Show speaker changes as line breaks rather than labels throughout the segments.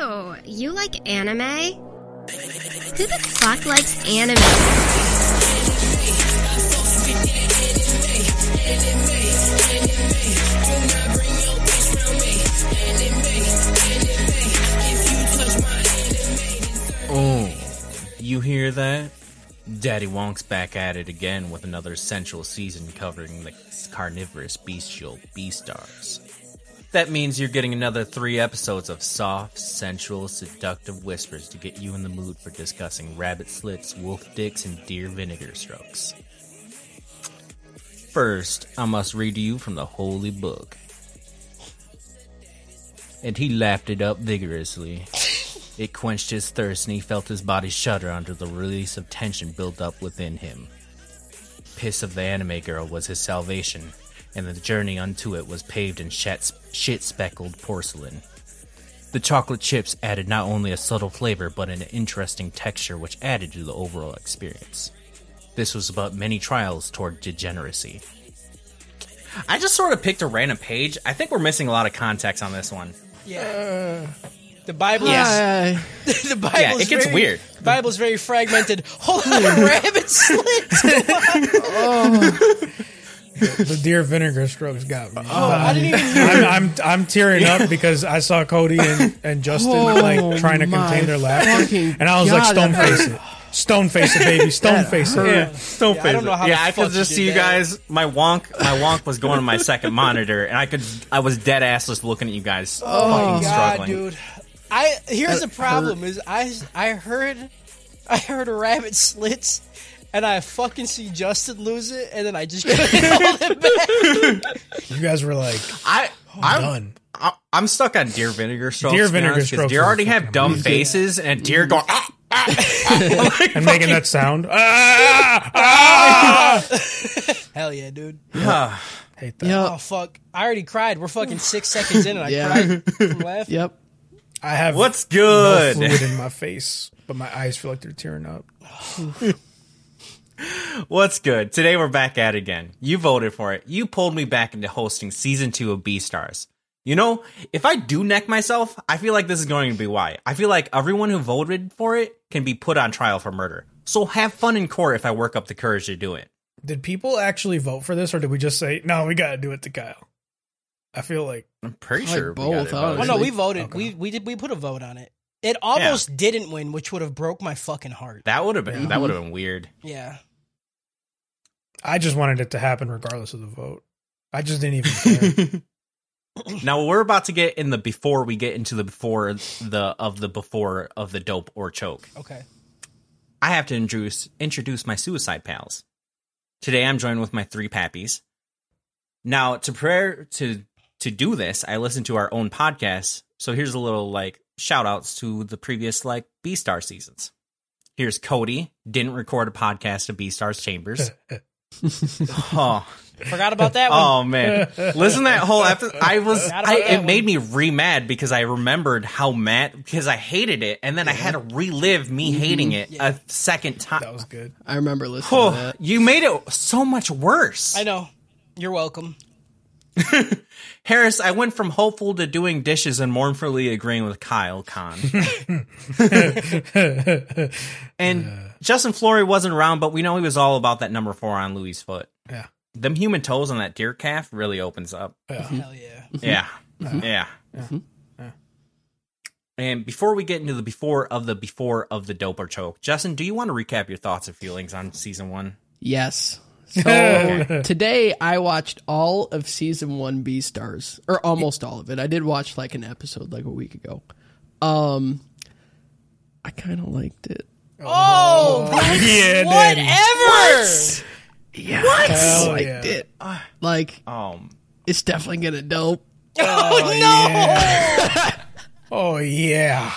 Oh, you like anime? Who the fuck likes anime?
Oh, you hear that? Daddy Wonk's back at it again with another sensual season covering the carnivorous bestial beastars. That means you're getting another three episodes of soft, sensual, seductive whispers to get you in the mood for discussing rabbit slits, wolf dicks, and deer vinegar strokes. First, I must read to you from the holy book. And he lapped it up vigorously. It quenched his thirst, and he felt his body shudder under the release of tension built up within him. Piss of the anime girl was his salvation, and the journey unto it was paved in shit speckled porcelain. The chocolate chips added not only a subtle flavor, but an interesting texture which added to the overall experience. This was about many trials toward degeneracy. I just sort of picked a random page. I think we're missing a lot of context on this one.
The Bible
Yes.
is the Bible.
Yeah,
is
it gets
very,
weird. Hmm.
The Bible's very fragmented. Hold on, rabbit slits.
The deer vinegar strokes got me.
Oh.
I didn't even
I'm, I'm I'm tearing up because I saw Cody and, and Justin like trying to contain their laughter,
Oh fucking
and I was like,
God,
"Stone
that
face it, stone face it, baby, stone face it."
Yeah, don't
Yeah, I
phase
don't know
it.
how the
yeah, I
fuck
could just
you
see
did
you
that.
guys. My wonk, my wonk was going to my second monitor, and I could, I was dead ass just looking at you guys fucking
Oh God,
struggling.
dude. I here's the problem is I I heard I heard a rabbit slits and I fucking see Justin lose it and then I just couldn't hold it back.
You guys were like,
I,
Oh,
I'm,
"Done."
I, I'm stuck on deer vinegar strokes.
Deer
to be
vinegar
honest, 'cause
strokes
Deer
is
already have
fucking
dumb faces, and deer go. Ah, ah, ah." Like,
and making that sound. Ah, ah,
Hell yeah, dude.
ah.
hate that.
Oh
Yep.
fuck. I already cried. We're fucking six seconds in and I
Yeah.
cried from laughing.
Yep.
I have
What's
no
good?
fluid in my face, but my eyes feel like they're tearing up.
What's good? Today we're back at it again. You voted for it. You pulled me back into hosting season two of B Stars. You know, if I do neck myself, I feel like this is going to be why. I feel like everyone who voted for it can be put on trial for murder. So have fun in court if I work up the courage to do it.
Did people actually vote for this, or did we just say, "No, we got to do it to Kyle"? I feel like
I'm pretty
Probably
sure
both,
we got it
Oh
voted.
no,
honestly.
we voted. We we did we put a vote on it. It almost didn't win, which would have broke my fucking heart.
That would have been that would have been weird.
Yeah.
I just wanted it to happen regardless of the vote. I just didn't even care.
Now we're about to get in the before we get into the before the of the before of the dope or choke.
Okay.
I have to introduce introduce my suicide pals. Today I'm joined with my three pappies. Now to prayer to to do this, I listen to our own podcast. So here's a little like shout outs to the previous like B Star seasons. Here's Cody, didn't record a podcast of B Star's Chambers. oh,
Forgot about that one.
oh man. Listen to that whole episode. I was
Forgot
I,
about that
it
one.
made me re mad because I remembered how mad because I hated it and then I had to relive me hating it a second time.
that was good.
I remember listening to
Oh,
that.
you made it so much worse.
I know. You're welcome.
Harris, I went from hopeful to doing dishes and mournfully agreeing with Kyle Khan. and Justin Flory wasn't around, but we know he was all about that number four on Louis' foot.
Yeah.
Them human toes on that deer calf really opens up.
Hell yeah.
Yeah. Mm-hmm. Yeah. And before we get into the before of the before of the dope or choke, Justin, do you want to recap your thoughts and feelings on season one?
Yes. So today I watched all of season one B Stars, or almost all of it. I did watch like an episode like a week ago. Um, I kind of liked it.
Oh. yeah,
Whatever.
Yeah, what? I
Hell
liked
yeah.
it. Like
Um,
it's definitely gonna dope.
Oh yeah.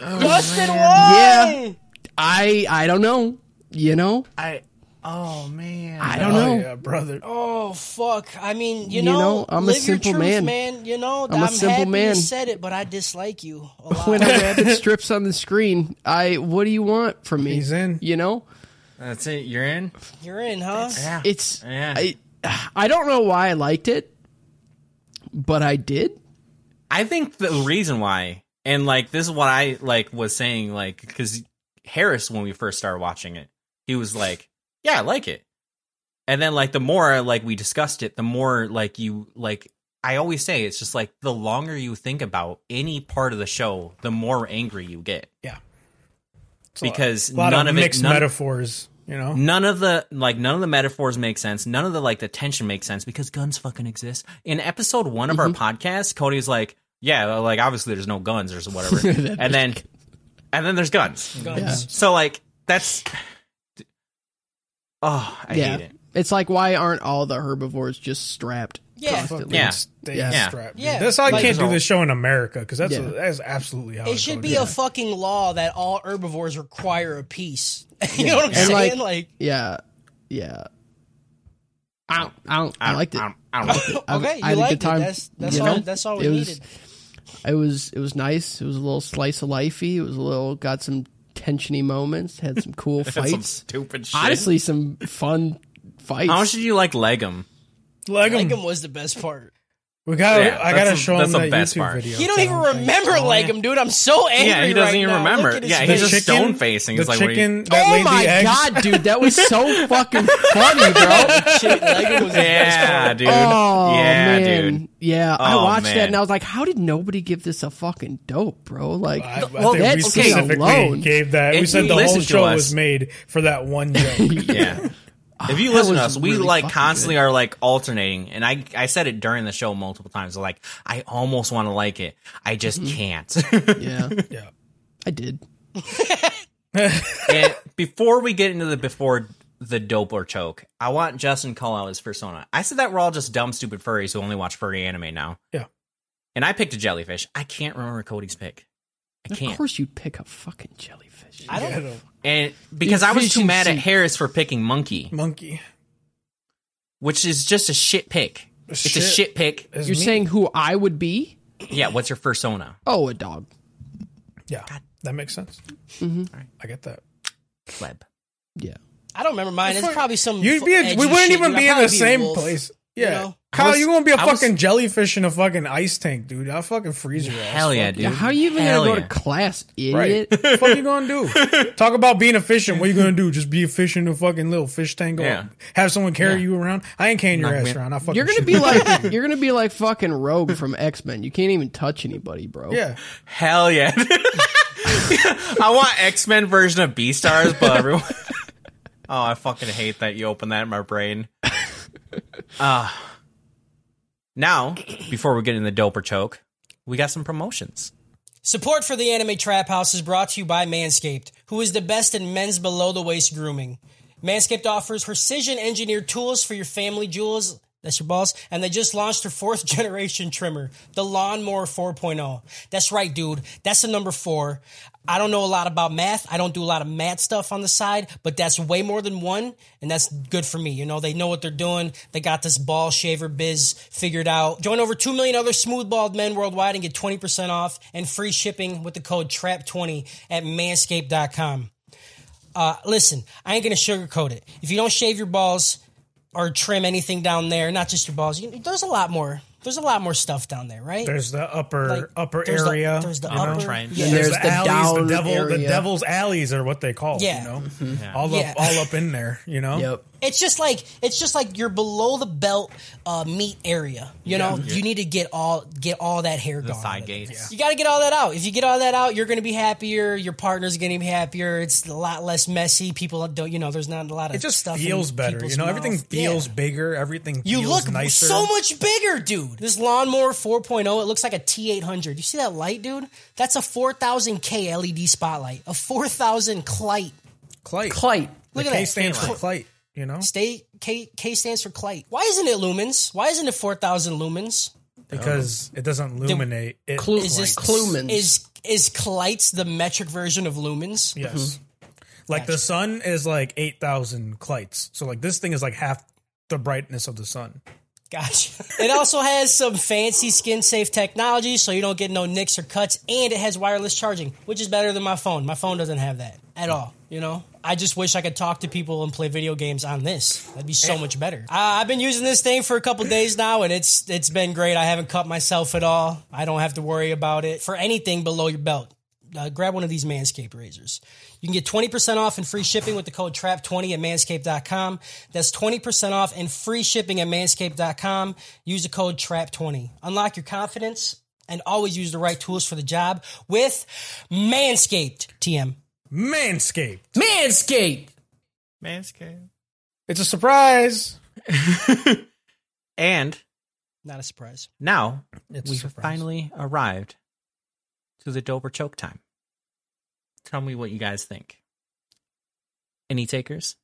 Justin won.
Yeah. I I don't know. You know,
I. Oh man.
I
Oh
don't know.
yeah, brother.
Oh fuck! I mean, you,
You
know,
know, I'm a
live
simple
your truth,
man.
You know,
I'm a simple
happy
man.
You said it, but I dislike you a lot.
When a rabbit strips on the screen, I what do you want from me?
He's in.
You know,
That's it. You're in.
You're in, huh?
Yeah.
it's
Yeah.
I I don't know why I liked it, but I did.
I think the reason why, And like this is what I like was saying like because Harris when we first started watching it, he was like, "Yeah, I like it." And then like the more like we discussed it, the more like you like I always say it's just like the longer you think about any part of the show, the more angry you get
Yeah. It's a lot-
because
a lot
none
of
of,
mixed
it none,
metaphors, you know.
none of the like none of the metaphors make sense none of the like the tension makes sense because guns fucking exist in episode one of our podcast cody's like yeah like obviously there's no guns or whatever and then and then there's guns
Guns.
so like that's oh i hate it
It's like why aren't all the herbivores just strapped?
Yeah.
constantly?
Yeah.
Stay
Yeah.
strapped.
Yeah.
That's how you
Like-
can't do this show in America because that's
Yeah.
that's absolutely how
It should
goes
be
down.
a fucking law that all herbivores require a piece. you know what I'm
And, like-
saying? Like,
yeah, yeah. I don't, I don't, I liked it.
I don't, I don't like it.
I-
okay, you
I had a
liked
good time,
it. That's that's
you
all.
know?
That's all we
It was-
needed.
It was it was nice. It was a little slice of lifey. It was a little got some tensiony moments. Had some cool
That's some
fights.
stupid shit
Honestly, some fun fights.
how much did you like legum
Leg 'em.
Legum was the best part.
We gotta.
Yeah,
I gotta
that's the-
show him
that's the
that
best
YouTube
part.
video.
You don't even remember Legum, dude. I'm so angry.
yeah he doesn't
right
even
now.
remember
Look at his
yeah
face.
he's just stone facing
The
it's like what are you-
chicken that
Oh
laid
my
the eggs.
god, dude, that was so fucking funny, bro.
Shit, Legum was the best part.
yeah dude
Oh
yeah
man,
dude
yeah. I
Oh,
watched
man.
that and I was like, how did nobody give this a fucking dope, bro? Like,
I, I
well,
think we
that scene
specifically
alone.
gave that.
If
We said
you
the
listen
whole
to
show
us-
was made for that one joke.
Yeah. If you listen to
Ah, was
us, we
really
like
fucking
constantly
good.
are like alternating, and I I said it during the show multiple times. Like I almost want to like it, I just
Mm-hmm.
can't.
yeah,
yeah.
I did.
and before we get into the before the dope or choke, I want Justin to call out his persona. I said that we're all just dumb, stupid furries who only watch furry anime now.
Yeah.
And I picked a jellyfish. I can't remember Cody's pick. I
Of
can't.
course, you'd pick a fucking jellyfish.
I don't.
Get
And because I was too mad at
Efficiency.
Harris for picking monkey,
a monkey.
which is just a shit pick. It's a
Shit.
shit pick.
It's
You're
me.
saying who I would be?
Yeah, what's your persona?
Oh, a dog.
Yeah. That makes sense.
Mm-hmm.
I get that.
Pleb.
Yeah.
I don't remember mine. It's probably some.
You'd be.
edgy
we wouldn't
shit,
even
dude.
be
I'd probably
in the
be a
same
wolf.
place. Yeah.
know?
Kyle,
was-
you're gonna be a
I was-
fucking jellyfish in a fucking ice tank, dude. I'll fucking freeze your ass.
Hell yeah, dude.
Yeah, how are you even
Hell
gonna go
yeah.
to class,
Right.
idiot?
what the fuck you gonna do? Talk about being efficient. What you gonna do? Just be efficient in a fucking little fish tank.
Yeah.
Yeah. Have someone carry you around. I ain't carrying your
Knock me-
ass around. I fucking
You're gonna
shoot
be
you.
like you're gonna be like fucking Rogue from X Men. You can't even touch anybody, bro.
yeah.
Hell yeah. I want X Men version of B Stars, but everyone. oh, I fucking hate that you opened that in my brain. Uh,
Uh,
now, before we get in the dope or choke, we got some promotions.
Support for the Anime Trap House is brought to you by Manscaped, who is the best in men's below the waist grooming. Manscaped offers precision engineered tools for your family jewels. That's your boss. And they just launched their fourth generation trimmer, the Lawnmower 4.0. That's right, dude. That's the number four. I don't know a lot about math. I don't do a lot of math stuff on the side, but that's way more than one. And that's good for me. You know, they know what they're doing. They got this ball shaver biz figured out. Join over 2 million other smooth bald men worldwide and get 20% off and free shipping with the code TRAP20 at manscaped.com. Uh, listen, I ain't going to sugarcoat it. If you don't shave your balls or trim anything down there, not just your balls, you, there's a lot more. There's a lot more stuff down there, right?
There's the upper
Like,
upper
there's the-
area.
there's the
you know?
Oh,
upper
triangle.
yeah.
And
There's,
there's
the,
the
alleys,
down
the devil, the
area.
devil's alleys are what they call.
Yeah. Mm-hmm.
Yeah. You know, all
Yeah.
up, all up in there. You know.
Yep.
It's just like it's just like you're below the belt uh, meat area. You know, you need to get all get all that hair gone. out
Side
of
gates.
it. You got to get all that out. If you get all that out, you're going to be happier. Your partner's going to be happier. It's a lot less messy. People don't, you know, there's not a lot of
It just
stuff in
feels better. You
people's
know, everything
mouth. Yeah.
feels bigger. Everything
You
feels
look
nicer.
so much bigger, dude. This lawnmower 4.0, it looks like a T800. You see that light, dude? That's a 4000K LED E spotlight, a 4000 Clite.
Clyde.
Clite.
Look
the
at
K
that.
stands for Clyde. You know,
Stay K K stands for Clite. Why isn't it lumens? Why isn't it four thousand lumens?
because it doesn't illuminate. It
Clu-
Is this
lights.
Clumens.
Is is Clites the metric version of lumens?
Yes.
Mm-hmm.
Like the sun is like 8,000 clites. So like this thing is like half the brightness of the sun.
Gotcha. it also has some fancy skin safe technology, so you don't get no nicks or cuts, and it has wireless charging, which is better than my phone. My phone doesn't have that at all. You know, I just wish I could talk to people and play video games on this. That'd be so much better. Uh, I've been using this thing for a couple days now, and it's it's been great. I haven't cut myself at all. I don't have to worry about it for anything below your belt. Uh, grab one of these Manscaped razors. You can get 20% off and free shipping with the code TRAP20 at manscaped.com. That's 20% off and free shipping at manscaped.com. Use the code TRAP20. Unlock your confidence and always use the right tools for the job with Manscaped TM.
Manscaped.
Manscaped.
Manscaped.
It's a surprise.
And
Not a surprise.
now
It's a
we've
surprise.
finally arrived to the Dober choke time. Tell me what you guys think. Any takers?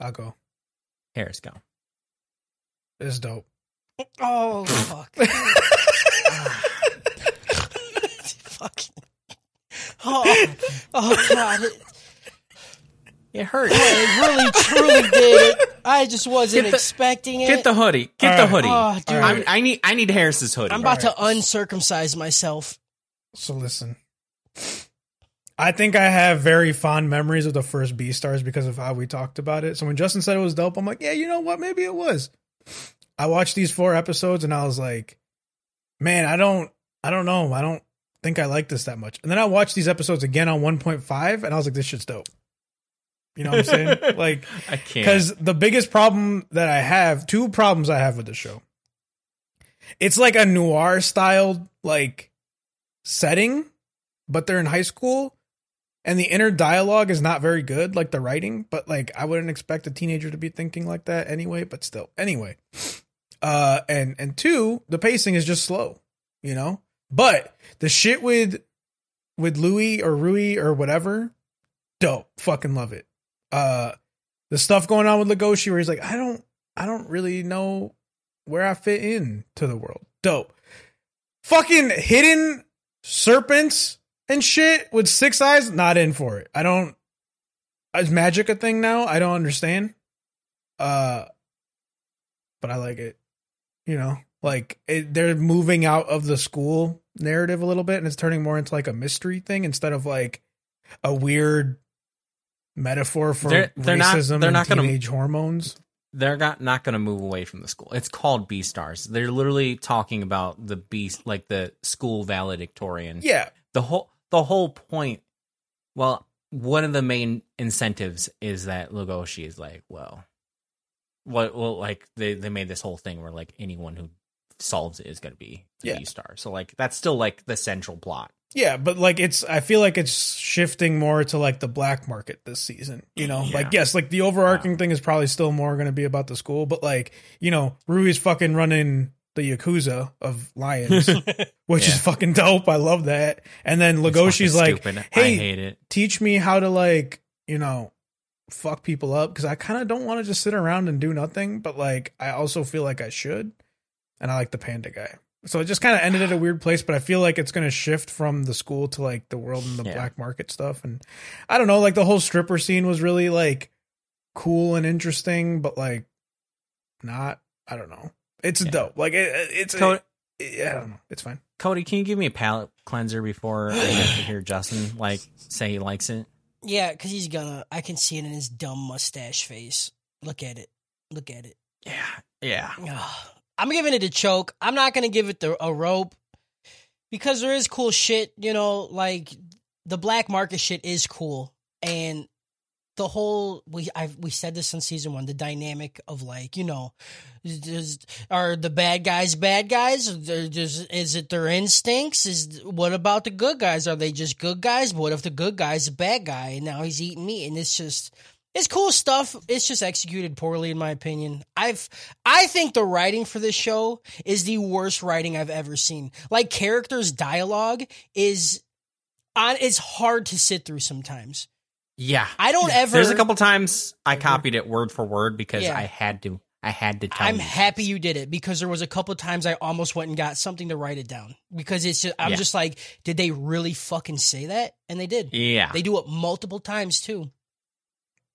I'll go.
Harris, go.
It's dope.
Oh fuck. Ah. fuck. Oh, oh god. It,
It hurt.
it really truly did. It. I just wasn't expecting it.
Get the hoodie. Get the
All right.
hoodie.
Oh, dude.
I'm, I need I need Harris's hoodie.
I'm about to uncircumcise myself.
So listen. I think I have very fond memories of the first B Stars because of how we talked about it. So when Justin said it was dope, I'm like, yeah, you know what? Maybe it was. I watched these four episodes and I was like, man, I don't, I don't know, I don't think I like this that much. And then I watched these episodes again on 1.5 and I was like, this shit's dope. You know what I'm saying? like,
I can't.
because the biggest problem that I have, two problems I have with the show. It's like a noir styled like setting, but they're in high school and the inner dialogue is not very good, like the writing, but like I wouldn't expect a teenager to be thinking like that anyway, but still. Anyway. Uh and and two, the pacing is just slow, you know? But the shit with with Louis or Rui or whatever, dope. Fucking love it. Uh the stuff going on with Legoshi where he's like, I don't I don't really know where I fit in to the world. Dope. Fucking hidden serpents and shit with six eyes, not in for it. I don't is magic a thing now? I don't understand. Uh but I like it. You know, like it, they're moving out of the school narrative a little bit and it's turning more into like a mystery thing instead of like a weird metaphor for
They're- they're not-
racism
they're
and
not gonna-
teenage hormones.
they're not, not going to move away from the school. It's called B Stars. They're literally talking about the B, like the school valedictorian.
Yeah,
The whole the whole point. Well, one of the main incentives is that Lugoshi is like, well, what? Well, like they they made this whole thing where like anyone who solves it is going to be the
Yeah.
B star. So like that's still like the central plot.
Yeah, but like it's I feel like it's shifting more to like the black market this season. You know,
Yeah.
like yes, like the overarching thing is probably still more going to be about the school, but like, you know, Rui's fucking running the yakuza of lions, which
Yeah.
is fucking dope. I love that. And then
It's
Lagoshi's
fucking
like,
stupid. I
"Hey,
hate it.
teach me how to like you know fuck people up because i kind of don't want to just sit around and do nothing but like i also feel like i should and i like the panda guy so it just kind of ended at a weird place but i feel like it's going to shift from the school to like the world and the
Yeah.
black market stuff and i don't know like the whole stripper scene was really like cool and interesting but like not i don't know it's
Yeah.
dope like it, it's
Co-
yeah, i don't know it's fine
Cody, can you give me a palate cleanser before I have to hear Justin like say he likes it?
Yeah, because he's gonna. I can see it in his dumb mustache face. Look at it. Look at it.
Yeah, yeah.
Ugh. I'm giving it a choke. I'm not gonna give it the a rope because there is cool shit. You know, like the black market shit is cool, and the whole we I we said this in season one. The dynamic of like you know, is, are the bad guys bad guys? They're just is it their instincts? Is what about the good guys? Are they just good guys? What if the good guy's a bad guy and now he's eating meat? And it's just it's cool stuff. It's just executed poorly, in my opinion. I've I think the writing for this show is the worst writing I've ever seen. Like characters' dialogue is on. It's hard to sit through sometimes.
Yeah.
I don't ever. Mhm.
There's a couple times I copied it word for word because
Yeah.
I had to. I had to tell
I'm
you.
happy you did it because there was a couple times I almost went and got something to write it down because it's just I'm
Yeah.
just like, did they really fucking say that? And they did.
Yeah.
They do it multiple times too.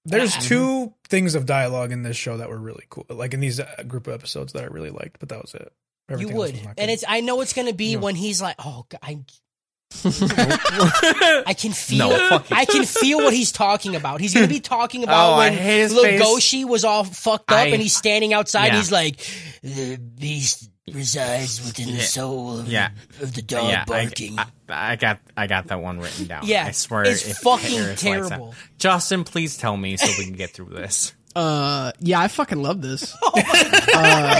There's
Yeah.
two things of dialogue in this show that were really cool, like in these uh, group of episodes that I really liked, but that was it.
You
Everything else
would,
was not good.
and it's I know it's gonna be
No.
when he's like, oh, God, I I can feel. I can feel what he's talking about. He's gonna be talking
Oh,
about
I
when
hate his
Lugoshi was all fucked up
I-
and he's standing outside.
Yeah.
He's like, the beast resides within the soul of,
Yeah.
of the dog
yeah, I,
barking.
I, I got I got that one written down.
Yeah,
I swear
it's
if
fucking
Hitler is lights out-
terrible.
Justin, please tell me so we can get through this.
Uh, yeah, I fucking love this.
Oh
uh,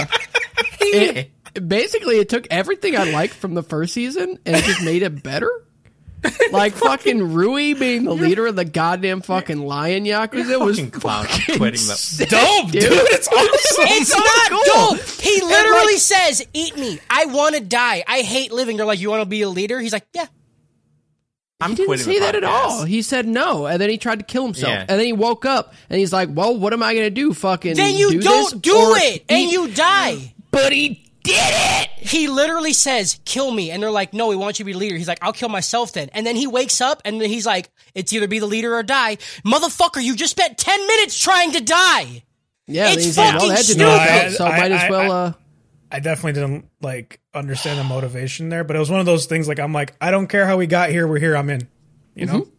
it, basically, it took everything I liked from the first season and it just made it better. Like fucking Rui being the leader of the goddamn fucking lion yakuza was
Fucking clown, I'm
fucking
quitting the-
Dope, dude.
dude.
It's awesome.
it's
so
not
cool.
dope. He literally says, "Eat me. I want to die. I hate living." They're like, "You want to be a leader?" He's like, "Yeah."
I'm
He didn't
quitting the
say that at
podcast.
all. He said no, and then he tried to kill himself.
Yeah.
And then he woke up and he's like, "Well, what am I gonna do? Fucking
Then you
do
don't
this
do
or
it, and
eat-
you die.
But he did it.
He literally says, "Kill me," and they're like, "No, we want you to be the leader." He's like, "I'll kill myself then." And then he wakes up, and then he's like, "It's either be the leader or die, motherfucker." You just spent ten minutes trying to die.
Yeah,
It's
then he's like, well,
fucking
that didn't
stupid.
work out, so
I-
might
I-
as well.
I-
uh,
I definitely didn't like understand the motivation there, but it was one of those things like I'm like, I don't care how we got here, we're here, I'm in. You know?
Mm-hmm.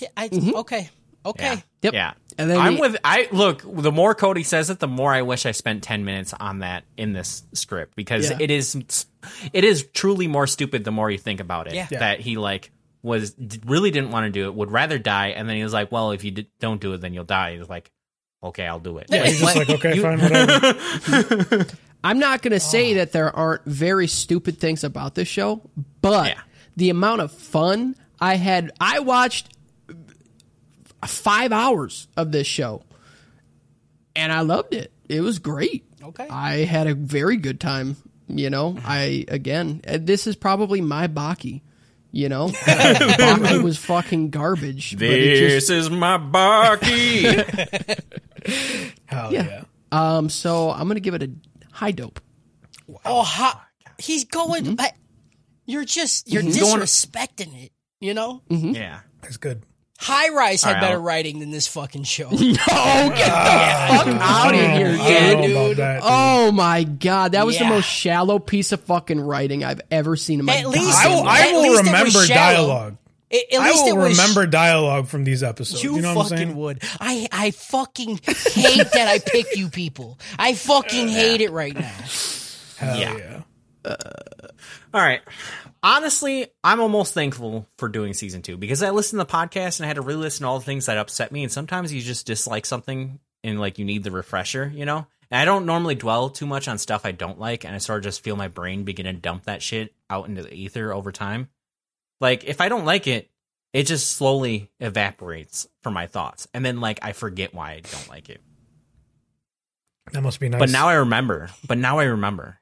Yeah, I,
Mm-hmm.
Okay, okay.
Yeah.
Yep.
Yeah.
And then
I'm
he-
with I look, the more Cody says it, the more I wish I spent 10 minutes on that in this script because
Yeah.
it is it is truly more stupid the more you think about it.
Yeah. Yeah.
That he like was d- really didn't want to do it, would rather die and then he was like, "Well, if you d- don't do it then you'll die." He was like, "Okay, I'll do it."
Yeah, he's just like, okay, fine, whatever.
I'm not going to say that there aren't very stupid things about this show, but
Yeah.
the amount of fun I had, I watched five hours of this show and I loved it. It was great.
Okay.
I had a very good time. You know, I, again, uh, this is probably my Baki. You know, Baki was fucking garbage. but it just-
This is my barkey.
Hell yeah.
um, so I'm going to give it a high dope.
Oh, ha- he's going.
Mm-hmm.
I- you're just you're disrespecting it. You know,
Mm-hmm.
yeah.
That's good.
High Rise had
All right,
better
I'll-
writing than this fucking show.
Oh, get the fuck out of here,
I don't
dude.
know about that, dude.
Oh my god, that was
Yeah.
the most shallow piece of fucking writing I've ever seen in my
At least-
goddamn
I will,
life.
I
At
will
least it was
remember
shallow.
dialogue.
It- at
I
least
will
it was
remember dialogue from these episodes. You,
You,
know what I'm
fucking
saying?
would. I I fucking hate that I picked you people. I fucking hate it right now.
Hell
Yeah. Uh,
yeah.
All right. Honestly, I'm almost thankful for doing season two because I listened to the podcast and I had to re listen to all the things that upset me. And sometimes you just dislike something and like you need the refresher, you know? And I don't normally dwell too much on stuff I don't like. And I sort of just feel my brain begin to dump that shit out into the ether over time. Like, if I don't like it, it just slowly evaporates from my thoughts. And then, like, I forget why I don't like it.
That must be nice.
But now I remember. But now I remember.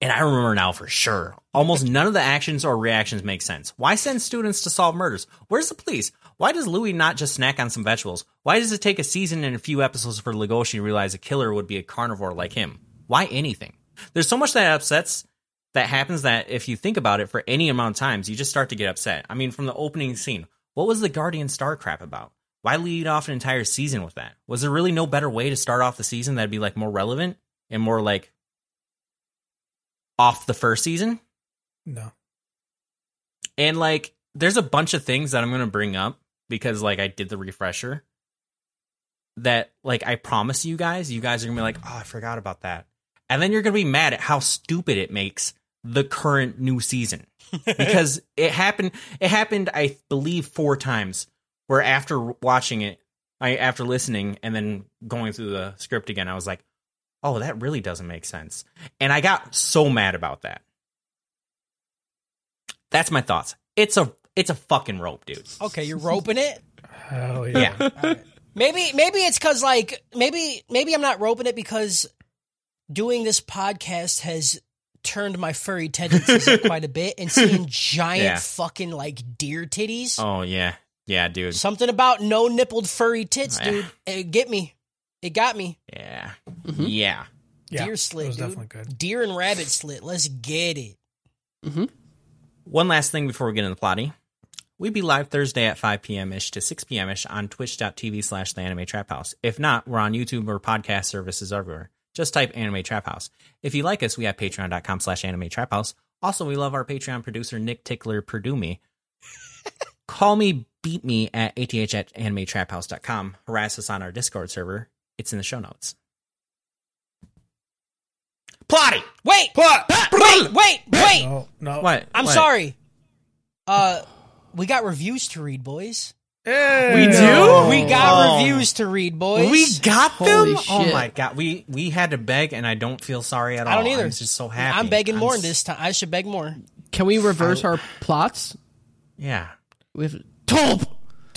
And I remember now for sure. Almost none of the actions or reactions make sense. Why send students to solve murders? Where's the police? Why does Louis not just snack on some vegetables? Why does it take a season and a few episodes for Lugoshi to realize a killer would be a carnivore like him? Why anything? There's so much that upsets that happens that if you think about it for any amount of times, you just start to get upset. I mean, from the opening scene, what was the Guardian Star crap about? Why lead off an entire season with that? Was there really no better way to start off the season that'd be like more relevant and more like off the first season?
no.
And like, there's a bunch of things that I'm going to bring up because like I did the refresher that like I promise you guys, you guys are going to be like, oh, I forgot about that. And then you're going to be mad at how stupid it makes the current new season because it happened, it happened, I believe, four times where after watching it, I after listening and then going through the script again, I was like, oh, that really doesn't make sense. And I got so mad about that. That's my thoughts. It's a it's a fucking rope, dude.
Okay, you're roping it.
Hell yeah.
Yeah.
Maybe maybe it's cuz like maybe maybe I'm not roping it because doing this podcast has turned my furry tendencies up quite a bit and seeing giant
Yeah.
fucking like deer titties.
oh yeah. Yeah, dude.
Something about no nippled furry tits,
Oh, yeah.
dude. It get me. It got me.
Yeah. Yeah.
Yeah,
deer slit.
it was
dude.
definitely good.
Deer and rabbit slit. Let's get it.
One last thing before we get into the plotty. We'd be live Thursday at 5 p.m. ish to 6 p.m. ish on twitch.tv slash the anime trap house. If not, we're on YouTube or podcast services everywhere. Just type anime trap house. If you like us, we have patreon.com slash anime trap house. Also, we love our Patreon producer, Nick Tickler Perdumi. Call me, beat me at ath at animetraphouse.com. Harass us on our Discord server. It's in the show notes. Plotty!
Wait,
Plot.
wait, wait, wait.
No, no.
What?
I'm
What?
sorry. Uh, we got reviews to read, boys.
Hey.
We do?
We got
Oh.
reviews to read, boys.
We got
Holy
them. Oh
shit.
my god, we we had to beg, and I don't feel sorry at all.
I don't either.
Oh, I'm just so happy.
I'm begging more
s-
this time. I should beg more.
Can we reverse our plots?
Yeah.
We have Tolp!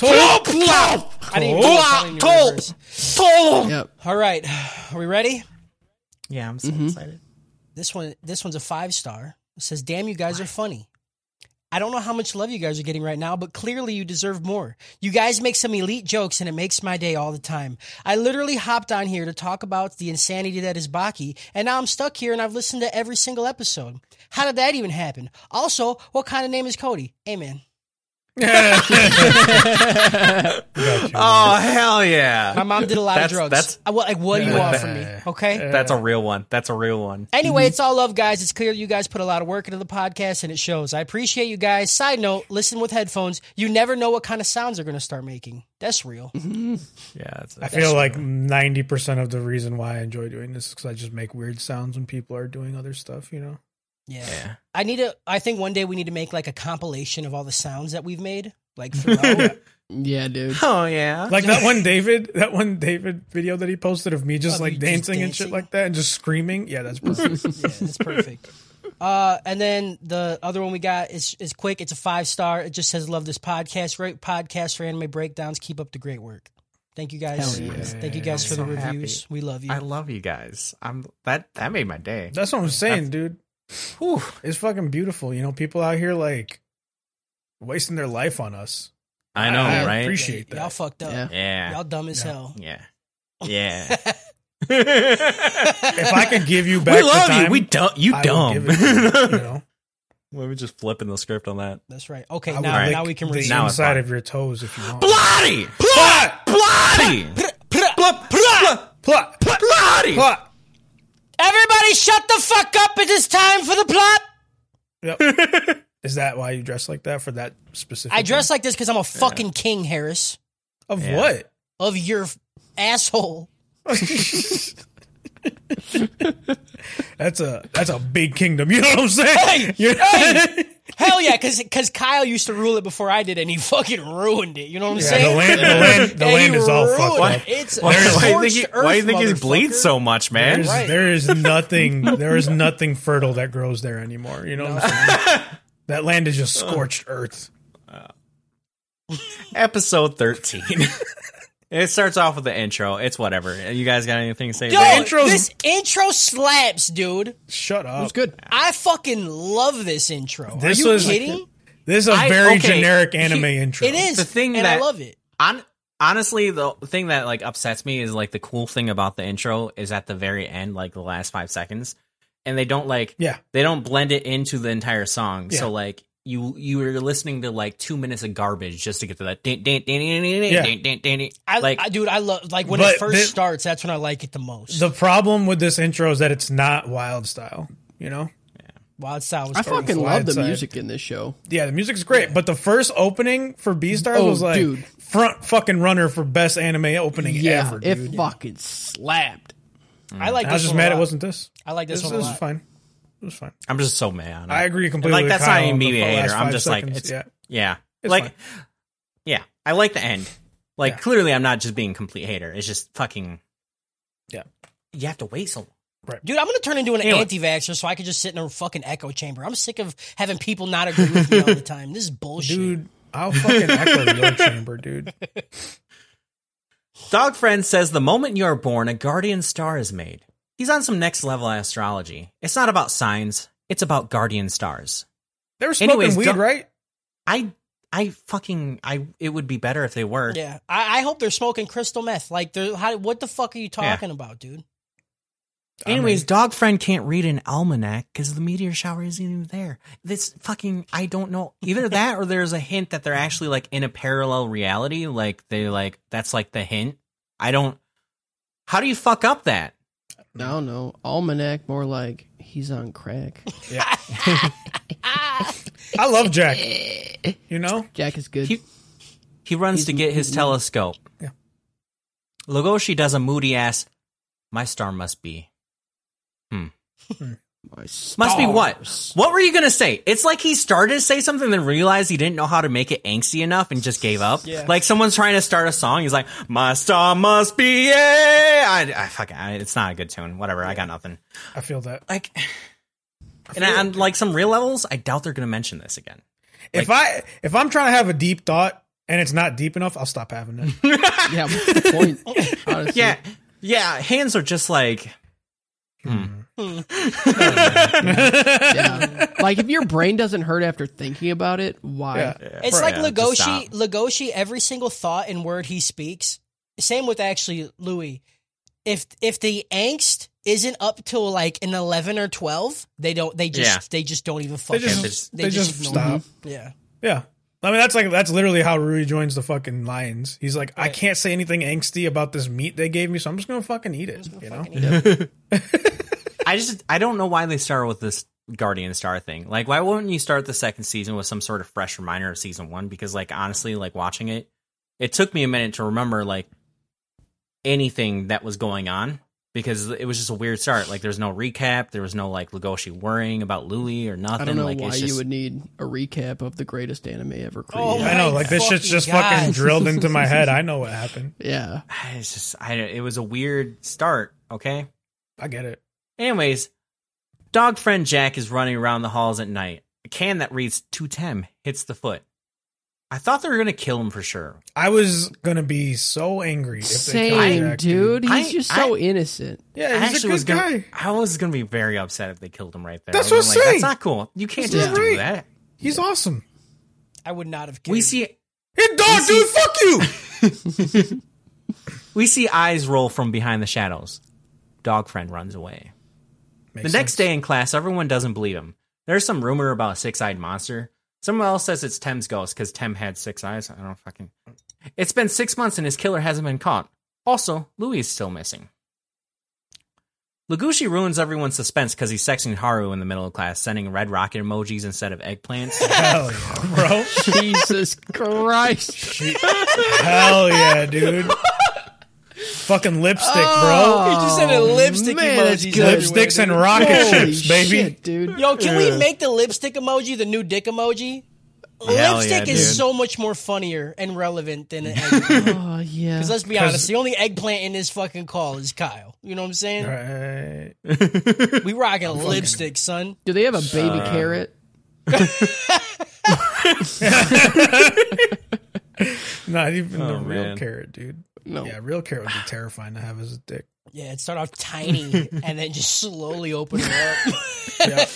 I didn't even know it was coming to reverse.
Yep.
All right, are we ready?
Yeah, I'm so excited.
This one, this one's a five star. It says, "Damn, you guys are funny." I don't know how much love you guys are getting right now, but clearly you deserve more. You guys make some elite jokes and it makes my day all the time. I literally hopped on here to talk about the insanity that is Baki, and now I'm stuck here and I've listened to every single episode. How did that even happen? Also, what kind of name is Cody? Amen.
Oh hell yeah!
My mom did a lot
That's-
of drugs.
that's-
I, what, like, what do you want from me? Okay.
Eh,
That's a real one. That's a real one.
Anyway, it's all love, guys. It's clear you guys put a lot of work into the podcast, and it shows. I appreciate you guys. Side note: listen with headphones. You never know what kind of sounds they're going to start making. That's real.
Mm-hmm. Yeah, that's
I feel like ninety percent of the reason why I enjoy doing this is because I just make weird sounds when people are doing other stuff. You know,
Yeah. I need to. I think one day we need to make like a compilation of all the sounds that we've made, like throughout.
Yeah, dude.
Oh yeah.
like that one David, that one David video that he posted of me just
Of
like
you just
dancing, and shit
dancing.
like that and just screaming. Yeah, that's perfect.
yeah, that's perfect. Uh, and then the other one we got is is quick. It's a five star. It just says love this podcast. Great podcast for anime breakdowns. Keep up the great work. Thank you guys.
Hell yeah.
Thank you guys
I'm
for the
so happy.
reviews. We love you.
I love you guys. I'm that that made my day.
that's what I'm saying, dude.
Whew.
It's fucking beautiful. You know, people out here like wasting their life on us.
I know,
I
right?
appreciate that.
Y'all fucked up.
Yeah.
yeah.
Y'all dumb as hell.
Yeah. Yeah.
if I could give you back,
we
the
love you.
time,
We dumb. You
I would
dumb.
give it to you, you know,
Let me just flip in the script on that.
That's right. Okay,
I would
now
lick
now we can
the
resume.
Now it's
inside
fine.
of your toes if you want.
Bloody! Plot! Bloody! Plot! Plot!
Plot,
Bloody!
plot.
Everybody, shut the fuck up! It is time for the plot.
Yep. Is that why you dress like that for that specific?
I dress like this because I'm a fucking king, Harris,
of
Yeah.
what?
of your f- asshole.
That's a that's a big kingdom. You know what I'm saying? You're-
Hell yeah, because Kyle used to rule it before I did, and he fucking ruined it. You know what I'm
Yeah,
saying?
the land, the land, the
And he
land is all
ruined
fucked
it.
up.
It's
Why, why
a
do you
scorched
think, he,
earth,
why do you think he
motherfucker.
bleeds so much, man?
There's,
Right.
There is nothing. There is nothing fertile that grows there anymore. You know what I'm saying? That land is just scorched earth.
Episode 13. it starts off with the intro. It's whatever. You guys got anything to say?
Yo,
about it?
intro's-
this intro slaps, dude.
Shut up.
It's good.
I fucking love this intro.
This
Are you
was-
kidding?
This is a
I-
very
okay,
generic anime
he-
intro.
It is
The thing
and I
that-
love it.
Hon- honestly, the thing that like upsets me is like the cool thing about the intro is at the very end, like the last five seconds, and they don't like
Yeah.
they don't blend it into the entire song.
Yeah.
So like you you were listening to like two minutes of garbage just to get to that.
Yeah.
I,
Yeah. Like
I, dude, I love like when
But
it first
thi-
starts. That's when I like it the most.
The problem with this intro is that it's not wild style. You know?
Wild Style was
I
very
fucking
cool.
love the
Side.
music in this show.
Yeah, the music's great, but the first opening for Beastars
Oh,
was like
dude.
front fucking runner for best anime opening
Yeah,
ever.
it
Dude.
fucking slapped.
I like.
I was
this
just
one a
mad it
lot.
wasn't this.
I like this,
This,
one a
this is
lot.
fine. It was fine.
I'm just so mad.
I agree
And,
completely.
like
with
that's
Kyle
not even
on the
me being a
last
hater. I'm
five
just like
seconds.
it's
yeah.
yeah.
It's
like
fine.
yeah, I like the end. Like
Yeah.
clearly, I'm not just being a complete hater. It's just fucking
Yeah.
You have to wait so long.
Dude, I'm gonna turn into an
Anyway.
anti-vaxxer so I can just sit in a fucking echo chamber. I'm sick of having people not agree with me all the time. This is bullshit.
dude. I'll fucking echo your chamber, dude.
Dog Friend says the moment you are born, a guardian star is made. He's on some next level astrology. It's not about signs, it's about guardian stars.
They were smoking
Anyways,
weed,
don't-
right?
I I fucking I it would be better if they were.
Yeah, I, I hope they're smoking crystal meth. Like, they're how, what the fuck are you talking about, dude?
Anyways, Dog Friend can't read an almanac because the meteor shower isn't even there. This fucking I don't know. Either that or there's a hint that they're actually like in a parallel reality. Like they like that's like the hint. I don't how do you fuck up that?
I don't know. Almanac, more like he's on crack.
I love Jack. You know,
Jack is good.
He- He runs to get his telescope.
Yeah.
Lagoshi does a moody ass. My star must be.
My
Must be
stars.
what? What were you gonna say? It's like he started to say something, then realized he didn't know how to make it angsty enough and just gave up.
Yeah.
Like someone's trying to start a song, he's like, "My star must be." Yeah, I, I fucking. I, it's not a good tune. Whatever. I got nothing.
I feel that.
Like, and on like some real levels, I doubt they're gonna mention this again.
If I if I'm trying to have a deep thought and it's not deep enough, I'll stop having it.
Yeah, what's the point? Honestly.
Yeah, yeah. Hands are just like
Yeah. Like if your brain doesn't hurt after thinking about it, why?
It's
Right.
like
Yeah, just
Legoshi. Legoshi, every single thought and word he speaks. Same with actually Louis. If if the angst isn't up till like an eleven or twelve, they don't. They just
Yeah.
they just don't even
They
fucking.
just they, just,
ignore
stop.
it. Yeah.
Yeah. I mean that's like that's literally how Rui joins the fucking lions. He's like, I can't say anything angsty about this meat they gave me, so I'm just gonna fucking eat it. You know?
I just I don't know why they start with this Guardian Star thing. Like, why wouldn't you start the second season with some sort of fresh reminder of season one? Because, like, honestly, like watching it, it took me a minute to remember like anything that was going on because it was just a weird start. Like, there's no recap. There was no like Lugoshi worrying about Louis or nothing.
I don't know
like,
why
it's
you
just,
would need a recap of the greatest anime ever created.
Oh,
I know,
my
like this shit's just
fucking God.
fucking drilled into my head. I know what happened.
Yeah.
It's just I. It was a weird start. Okay.
I get it.
Anyways, dog friend Jack is running around the halls at night. A can that reads 210 hits the foot. I thought they were going to kill him for sure.
I was gonna be so angry if they killed
Same,
Jack,
dude. He's
I-
just so
I-
innocent.
I
Yeah, he's a
actually
good
was gonna,
guy.
I was going to be very upset if they killed him right there.
That's
I
what
would've
I'm
been like,
saying.
That's not cool. You can't
He's
just do
right.
that.
He's awesome.
I would not have. Cared.
We see
Hey dog, dude, fuck you.
we see eyes roll from behind the shadows. Dog friend runs away. the
Makes
next day in class, everyone doesn't believe him. There's some rumor about a six-eyed monster. Someone else says it's Tem's ghost because Tem had six eyes. I don't fucking. It's been six months and his killer hasn't been caught. Also, Louis is still missing. Lagushi ruins everyone's suspense because he's sexting Haru in the middle of class, sending red rocket emojis instead of eggplants.
Hell yeah, bro.
Jesus Christ.
Hell yeah, dude. Fucking lipstick,
Oh.
He just said a lipstick
man, that's
emoji.
bro.
good.
Lipsticks and rocket
Holy
ships, baby.
shit, dude.
Yo, can we make the lipstick emoji the new dick emoji?
yeah,
lipstick
dude.
is so much more funnier and relevant than an eggplant.
Oh, yeah.
'Cause let's be honest, the only eggplant in this fucking call is Kyle. You know what I'm saying?
Right.
We rocking lipstick, son.
Do they have a baby carrot?
Not even the real
man.
carrot, dude.
No.
Yeah, real carrot would be terrifying to have as a dick.
Yeah, it start off tiny and then just slowly open her up.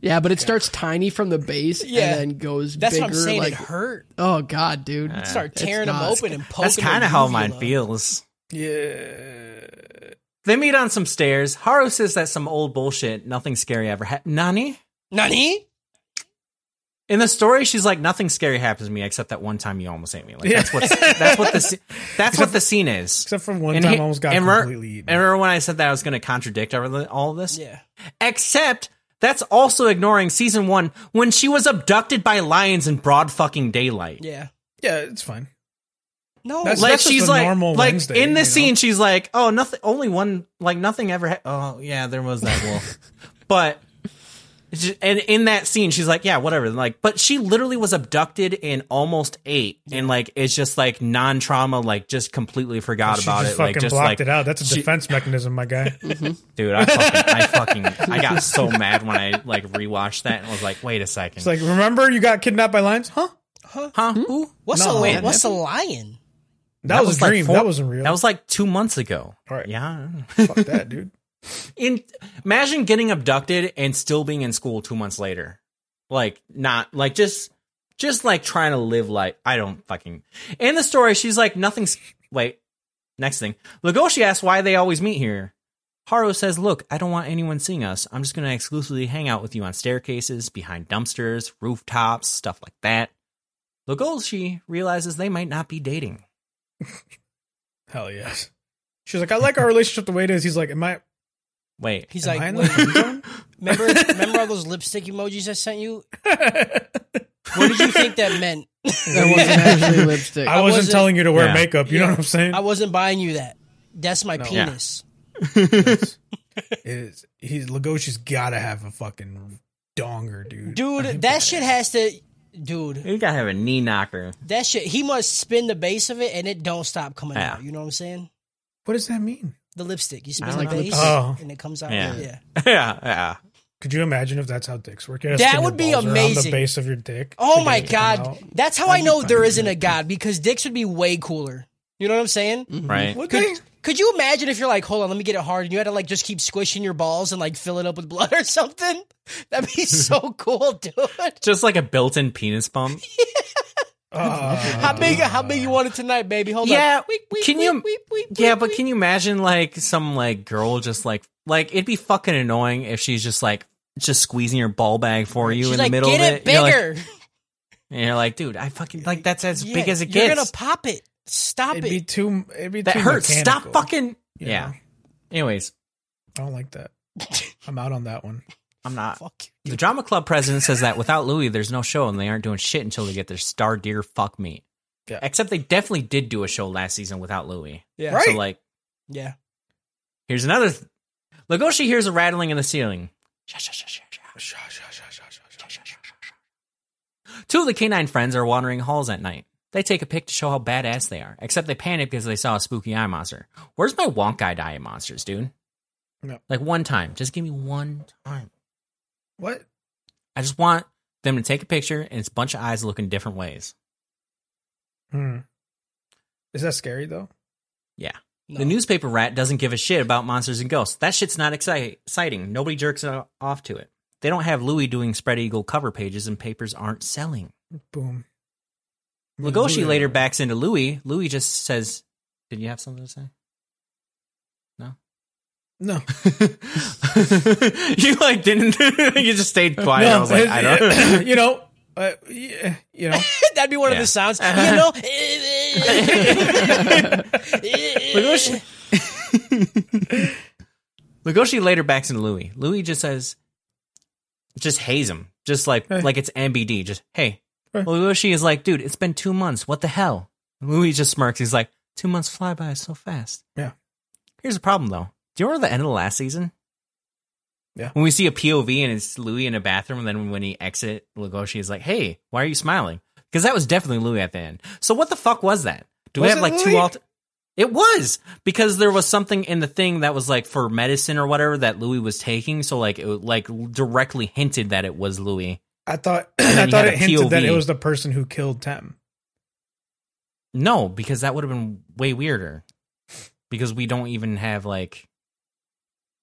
Yeah, but it starts tiny from the base
Yeah.
and then goes
That's
bigger.
what I'm saying.
like,
it hurt.
oh god, dude.
Start
It's
tearing them
not-
open and poking.
That's kind of how mine
feels.
feels.
Yeah.
They meet on some stairs. Haru says that some old bullshit, nothing scary ever happened. Nani?
Nani?
In the story, she's like, "Nothing scary happens to me except that one time you almost ate me." Like that's what that's what the sce- that's what the scene is.
Except for one
And
time
he-
I almost got
and remember-
completely eaten.
and remember when I said that I was going to contradict everything- all of this?
Yeah.
Except that's also ignoring season one when she was abducted by lions in broad fucking daylight.
Yeah.
yeah, it's fine.
No.
That's-
Like
just
she's
a
like,
normal
like
Wednesday,
in
you know?
this scene, she's like, "Oh, nothing. Only one. Like nothing ever. Ha- oh, yeah, there was that wolf." but it's just- and in that scene, she's like, "Yeah, whatever." Like, but she literally was abducted and almost ate, and like it's just like non-trauma, like just completely forgot
She
about
just
it.
fucking
Like just
blocked
like,
it out. That's a defense mechanism, my guy.
dude, I fucking, I fucking, I got so mad when I like rewatched that and was like, "Wait a second,
It's like, "Hmm? remember you got kidnapped by lions? Huh?
huh? Who?
what's a
wait,
what's a lion?
That, was, a
like
dream.
four-
that wasn't real.
That was like two months ago.
Right.
Yeah.
Fuck that, dude.
in imagine getting abducted and still being in school two months later like not like just just like trying to live like i don't fucking in the story she's like nothing's wait next thing legoshi asks why they always meet here haru says look i don't want anyone seeing us i'm just going to exclusively hang out with you on staircases behind dumpsters rooftops stuff like that legoshi realizes they might not be dating
Hell yes. She's like, I like our relationship the way it is. He's like, Am I
Wait,
He's
Am
like,
I in
"Wait,
the end zone?
remember, remember all those lipstick emojis I sent you? what did you think that meant?
That wasn't actually lipstick.
I wasn't,
wasn't-
telling you to wear
Yeah.
makeup. You know what I'm saying?
I wasn't buying you that. That's my penis.
It's- he's Lagoshi's got to have a fucking donger, dude.
Dude, that shit has to. Dude,
you gotta have a knee knocker.
that shit. He must spin the base of it, and it don't stop coming
Yeah.
out. You know what I'm saying?
What does that mean?
The lipstick. You spin
I
the
don't know.
base,
Oh.
and it comes out.
Yeah.
Yeah. yeah.
yeah, yeah.
Could you imagine if that's how dicks work? You gotta
That
spin your
would be
balls around
amazing.
The base of your dick.
Oh
to
my
get it to come
god,
out.
that's how I know there isn't a god because dicks would be way cooler. You know what I'm saying?
Right.
Would they?
Could you imagine if you're like, hold on, let me get it hard, and you had to like just keep squishing your balls and like fill it up with blood or something? That'd be so cool, dude.
Just like a built-in penis bump.
Uh,
How big? How big you want it tonight, baby? Hold
Yeah,
on. Weep, weep,
can
weep,
you-
weep, weep, weep,
yeah, but
weep.
can you imagine like some like girl just like like it'd be fucking annoying if she's just like just squeezing your ball bag for you
She's
in
like,
the middle
get
of
it
it. You're like-
bigger.
and you're like, dude, I fucking like that's as
Yeah,
big as it
You're
gets.
gonna pop it. Stop
Uh, it'd be
it.
too. It'd be
that
too
hurts. Stop
mechanical.
fucking.
you
Yeah.
know?
Anyways,
I don't like that. I'm out on that one.
I'm not.
Fuck. you.
The drama club president says that without Louis, there's no show, and they aren't doing shit until they get their star deer fuck meat.
Yeah.
Except they definitely did do a show last season without Louis.
Yeah.
Right.
So like,
Yeah.
here's another. Th- Legoshi hears a rattling in the ceiling. Two of the canine friends are wandering halls at night. They take a pic to show how badass they are, except they panic because they saw a spooky eye monster. Where's my wonk-eyed eye monsters, dude?
No.
Like one time. Just give me one time.
What?
I just want them to take a picture and it's a bunch of eyes looking different ways.
Hmm. Is that scary though?
Yeah.
No.
The newspaper rat doesn't give a shit about monsters and ghosts. That shit's not exci- exciting. Nobody jerks o- off to it. They don't have Louis doing spread eagle cover pages and papers aren't selling.
Boom.
Legoshi later backs into Louis. Louis just says, Did you have something to say?
No.
you like didn't you just stayed quiet. I was like, I don't
you know. Uh, yeah, you know.
That'd be one
Yeah.
of the sounds. You know.
Legoshi. Legoshi later backs into Louis. Louis just says, just haze him, just like
Hey.
like it's MBD. Just hey.
Hey.
Legoshi is like, dude, it's been two months. What the hell? Louis just smirks. He's like, two months fly by so fast.
Yeah.
Here's the problem though. Do you remember the end of the last season?
Yeah.
When we see a POV and it's Louis in a bathroom, and then when he exit, Legoshi is like, hey, why are you smiling? Because that was definitely Louis at the end. So what the fuck was that? Do we
Was
have
it
like two
Louis?
alt? It was because there was something in the thing that was like for medicine or whatever that Louis was taking. So like it like directly hinted that it was Louis.
I thought
then
I
you
thought
had
it
a
hinted that it
POV.
was the person who killed Tem.
No, because that would have been way weirder. Because we don't even have like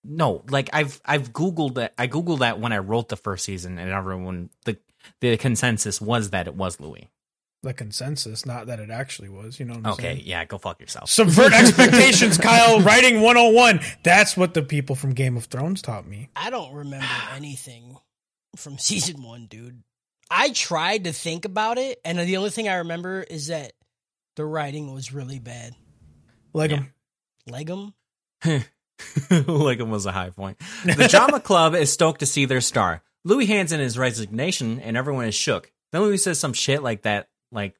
no, like I've I've googled that. I googled that when I wrote the first season, and everyone the the consensus was that it was Louis.
The consensus, not that it actually was. You know. What I'm
Okay,
saying?
yeah, go fuck yourself.
Subvert expectations, Kyle. Writing 101. That's what the people from Game of Thrones taught me.
I don't remember anything from season one, dude. I tried to think about it, and the only thing I remember is that the writing was really bad.
Like,
Yeah.
um,
Legum?
Lincoln was a high point. The drama club is stoked to see their star. Louis hands in his resignation, and everyone is shook. Then Louis says some shit like that, like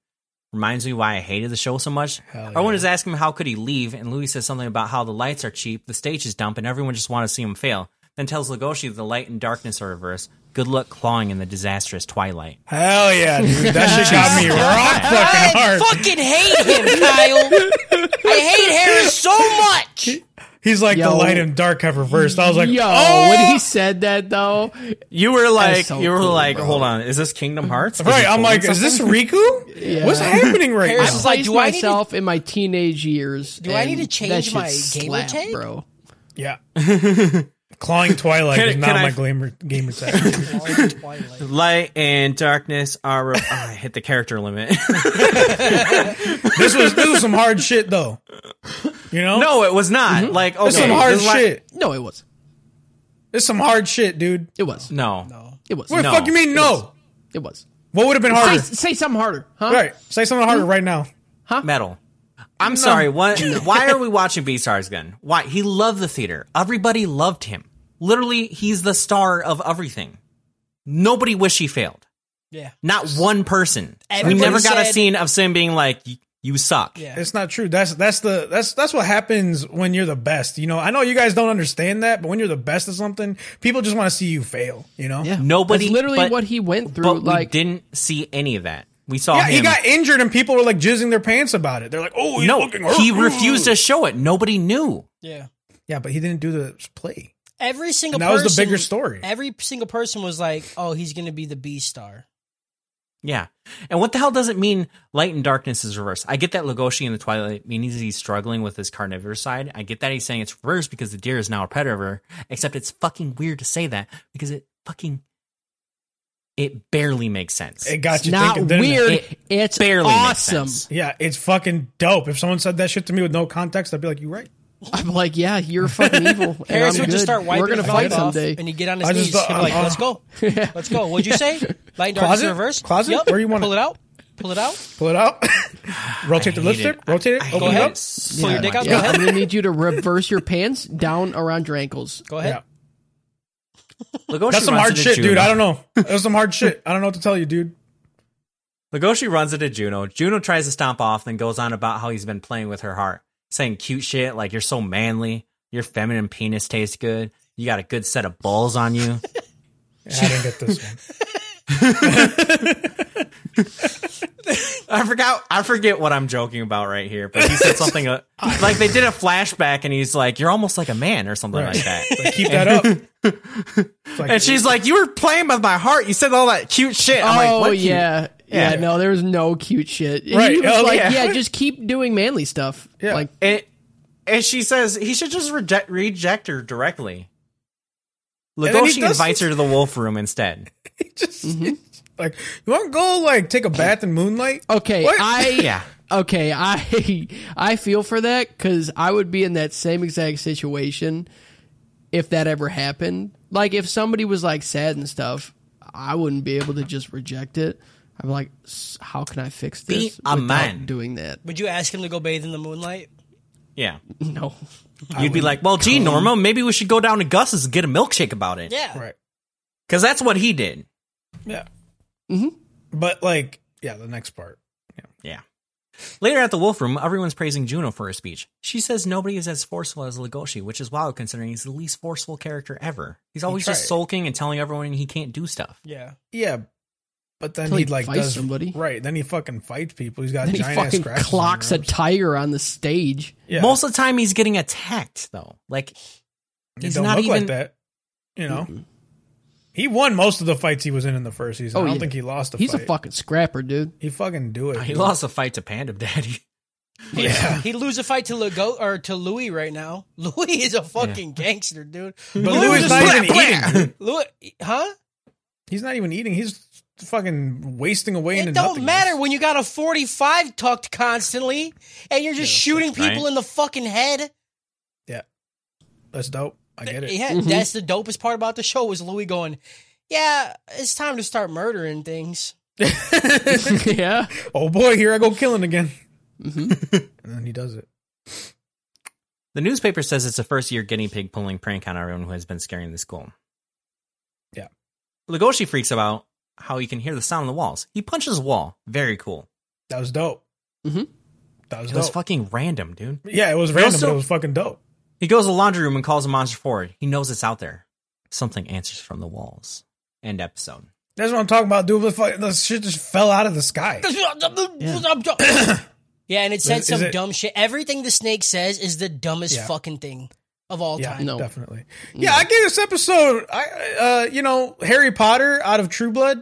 reminds me why I hated the show so much.
Hell
Everyone
yeah.
is asking him how could he leave, and Louis says something about how the lights are cheap, the stage is dumb, and everyone just want to see him fail. Then tells Legoshi the light and darkness are reversed. Good luck clawing in the disastrous twilight.
hell yeah, dude. That shit got me rock
I
fucking hard.
fucking hate him, Kyle. I hate Harris so much.
He's like the
Yo.
light and dark have reversed. I was like,
Yo,
oh,
when he said that though,
You were like,
so
you were
cool,
like,
bro.
hold on, is this Kingdom Hearts? Is
right.
he
I'm like,
pulling
is this
something?
Riku?
Yeah.
What's happening right
I
Harris
now?
is
placed
like, do I need to-
myself in my teenage years.
Do I need
and
to change
that shit
my gamer
slapped,
tag?
bro?
Yeah. Clawing Twilight
Can-
is
can
not
I-
my gamer gamer tag.
Twilight.
Light and darkness are. Re- Ah, I hit the character limit.
this was this was some hard shit though. You know?
no, it was not. Like, okay,
It's Mm-hmm. some hard
this li-
shit.
No, it was.
It's some hard shit, dude.
It was.
no.
It was.
What
No.
the fuck you mean no?
It was.
What would have been harder?
Say, say something harder, huh?
Right. Say something harder right now.
metal. I'm sorry. What? Why are we watching Beastars again? Why? He loved the theater. Everybody loved him. Literally, he's the star of everything. Nobody wish he failed.
Yeah.
Not one person.
Everybody
we never got a
said-
scene of Sim being like, "Y- "You suck."
Yeah.
It's not true. That's that's the that's that's what happens when you're the best. You know, I know you guys don't understand that, but when you're the best at something, people just want to see you fail. You know,
Yeah,
Nobody-
That's literally
but-
what he went through.
But
like,
we didn't see any of that. We saw
yeah.
him.
He got injured, and people were like jizzing their pants about it. They're like, "Oh, he's
no,
looking hurt."
he refused to show it. Nobody knew.
Yeah.
Yeah, but he didn't do the play.
Every single
And that was
person,
the bigger story.
Every single person was like, "Oh, he's gonna be the B star."
Yeah. And what the hell does it mean light and darkness is reversed? I get that Legoshi in the Twilight means he's struggling with his carnivorous side. I get that he's saying it's reversed because the deer is now a predator, except it's fucking weird to say that because it fucking it barely makes sense.
It got
it's
you
not
thinking. didn't it?
weird.
It
it's
barely makes
awesome.
sense.
Yeah, it's fucking dope. If someone said that shit to me with no context, I'd be like, "You right."
I'm like, yeah, you're fucking evil. and
Harris
I'm
would just
good.
start wiping
We're gonna
his
fight
mouth off,
someday.
and you get on his
I just
knees.
thought-
He'd be like,
uh,
"Let's go, let's go." What'd you say? Light and darkness
Closet?
in reverse.
Closet?
Yep.
Where you wanna-
pull it out? Pull it out.
Pull it out, rotate the
I hate
lip
it.
strip, rotate it,
Go
open it
ahead.
up.
Pull your dick out. Go
yeah, I'm
ahead.
gonna need you to reverse your pants down around your ankles.
Go
Yeah.
ahead.
Legoshi
That's some
runs
hard
into
shit, dude.
Juno.
I don't know. That's some hard shit. I don't know what to tell you, dude.
Legoshi runs into Juno. Juno tries to stomp off, then goes on about how he's been playing with her heart, saying cute shit like "You're so manly, your feminine penis tastes good, you got a good set of balls on you."
Yeah, I didn't get this one.
I forgot. I forget what I'm joking about right here, but he said something uh, like they did a flashback, and he's like, "You're almost like a man" or something
Right.
like that.
Like, keep that up. It's like-
And she's like, "You were playing with my heart. You said all that cute shit." I'm like,
Oh
what cute?
yeah. yeah,
Yeah.
No, there was no cute shit.
Right,
He was
oh,
like,
yeah.
yeah. just keep doing manly stuff.
Yeah.
Like,
And, and she says he should just reject, reject her directly.
And then he
Legoshi
does-
invites her to the wolf room instead.
just like you want to go like take a bath in moonlight
okay,
What?
I
Yeah.
Okay, I I feel for that because I would be in that same exact situation if that ever happened. Like, if somebody was like sad and stuff, I wouldn't be able to just reject it. I'm like, "S- how can I fix
Be
this?
a
without
man."
doing that.
Would you ask him to go bathe in the moonlight?
Yeah.
No,
You'd be like, well, gee, Norma, maybe we should go down to Gus's and get a milkshake about it.
Yeah.
right
Because that's what he did.
yeah
Mm-hmm.
but like yeah the next part
Yeah. Later at the Wolf Room, everyone's praising Juno for her speech. She says nobody is as forceful as Legoshi, which is wild considering he's the least forceful character ever. He's always just
tried.
sulking and telling everyone he can't do stuff.
Yeah.
yeah but then
Till
he
he
like
fights
does
somebody.
right then he fucking fights people he's got
then he
giant
fucking
ass scratches
clocks a
on his arms.
tiger on the stage.
yeah.
Most of the time, he's getting attacked, though. Like,
It
he's
don't
not
look
even.
like that you know he won most of the fights he was in in the first season
Oh,
i don't
yeah.
think he lost a
He's
fight
a fucking scrapper, dude.
he fucking do it
He
dude.
lost a fight to Panda Daddy.
yeah
He'd lose a fight to Lego or to Louis right now. Louis is a fucking gangster, dude.
but
Louis
louis
just
not even
blah, blah.
eating dude.
Louis, huh?
he's not even eating he's fucking wasting away into
It don't
nothingness.
matter when you got a 45 tucked constantly and you're just shooting people
right.
in the fucking head.
that's dope i get it Mm-hmm.
Yeah, that's the dopest part about the show was Louis going, "Yeah, it's time to start murdering things."
yeah. Mm-hmm.
oh boy, here I go killing again. and then he does it.
The newspaper says it's a first year guinea pig pulling prank on everyone who has been scaring the school.
Yeah.
Legoshi freaks about how he can hear the sound of the walls. He punches a wall. Very cool.
That was dope.
Mhm.
That was
It
dope.
was fucking random, dude.
yeah, it was random,
Also-
but it was fucking dope.
He goes to the laundry room and calls a monster forward. He knows it's out there. Something answers from the walls. End episode.
That's what I'm talking about, dude. The, fuck, the shit just fell out of the sky.
Yeah, and it said
Is- is
some
it-
dumb shit. Everything the snake says is the dumbest
Yeah.
fucking thing of all
Yeah,
time.
No.
definitely. Yeah,
Mm.
I gave this episode. I, uh, you know, Harry Potter out of True Blood.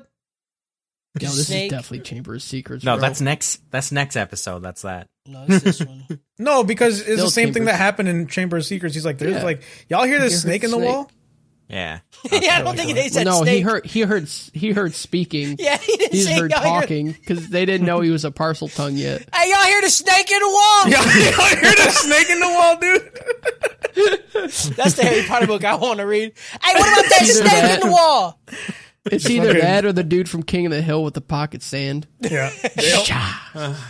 No, this
Snake.
is definitely Chamber of Secrets.
No,
bro.
that's next. That's next episode. That's that.
No, it's this one.
No, because it's
Still
the same
Chamber-
thing that happened in Chamber of Secrets. He's like, there's
Yeah.
like, y'all hear this
heard
snake in the
snake.
wall?
Yeah.
yeah, I don't think they said
no.
snake.
He heard. He heard. s- He heard speaking.
yeah, he didn't
He's
say
heard
y'all hear-
talking because they didn't know he was a parcel tongue yet.
Hey, y'all hear the snake in the wall?
Y'all, y'all hear the snake in the wall, dude?
That's the Harry Potter book I want to read. Hey, what about that
Either
snake
that-
in the wall?
It's either
fucking-
that or the dude from King of the Hill with the pocket sand.
Yeah.
Hell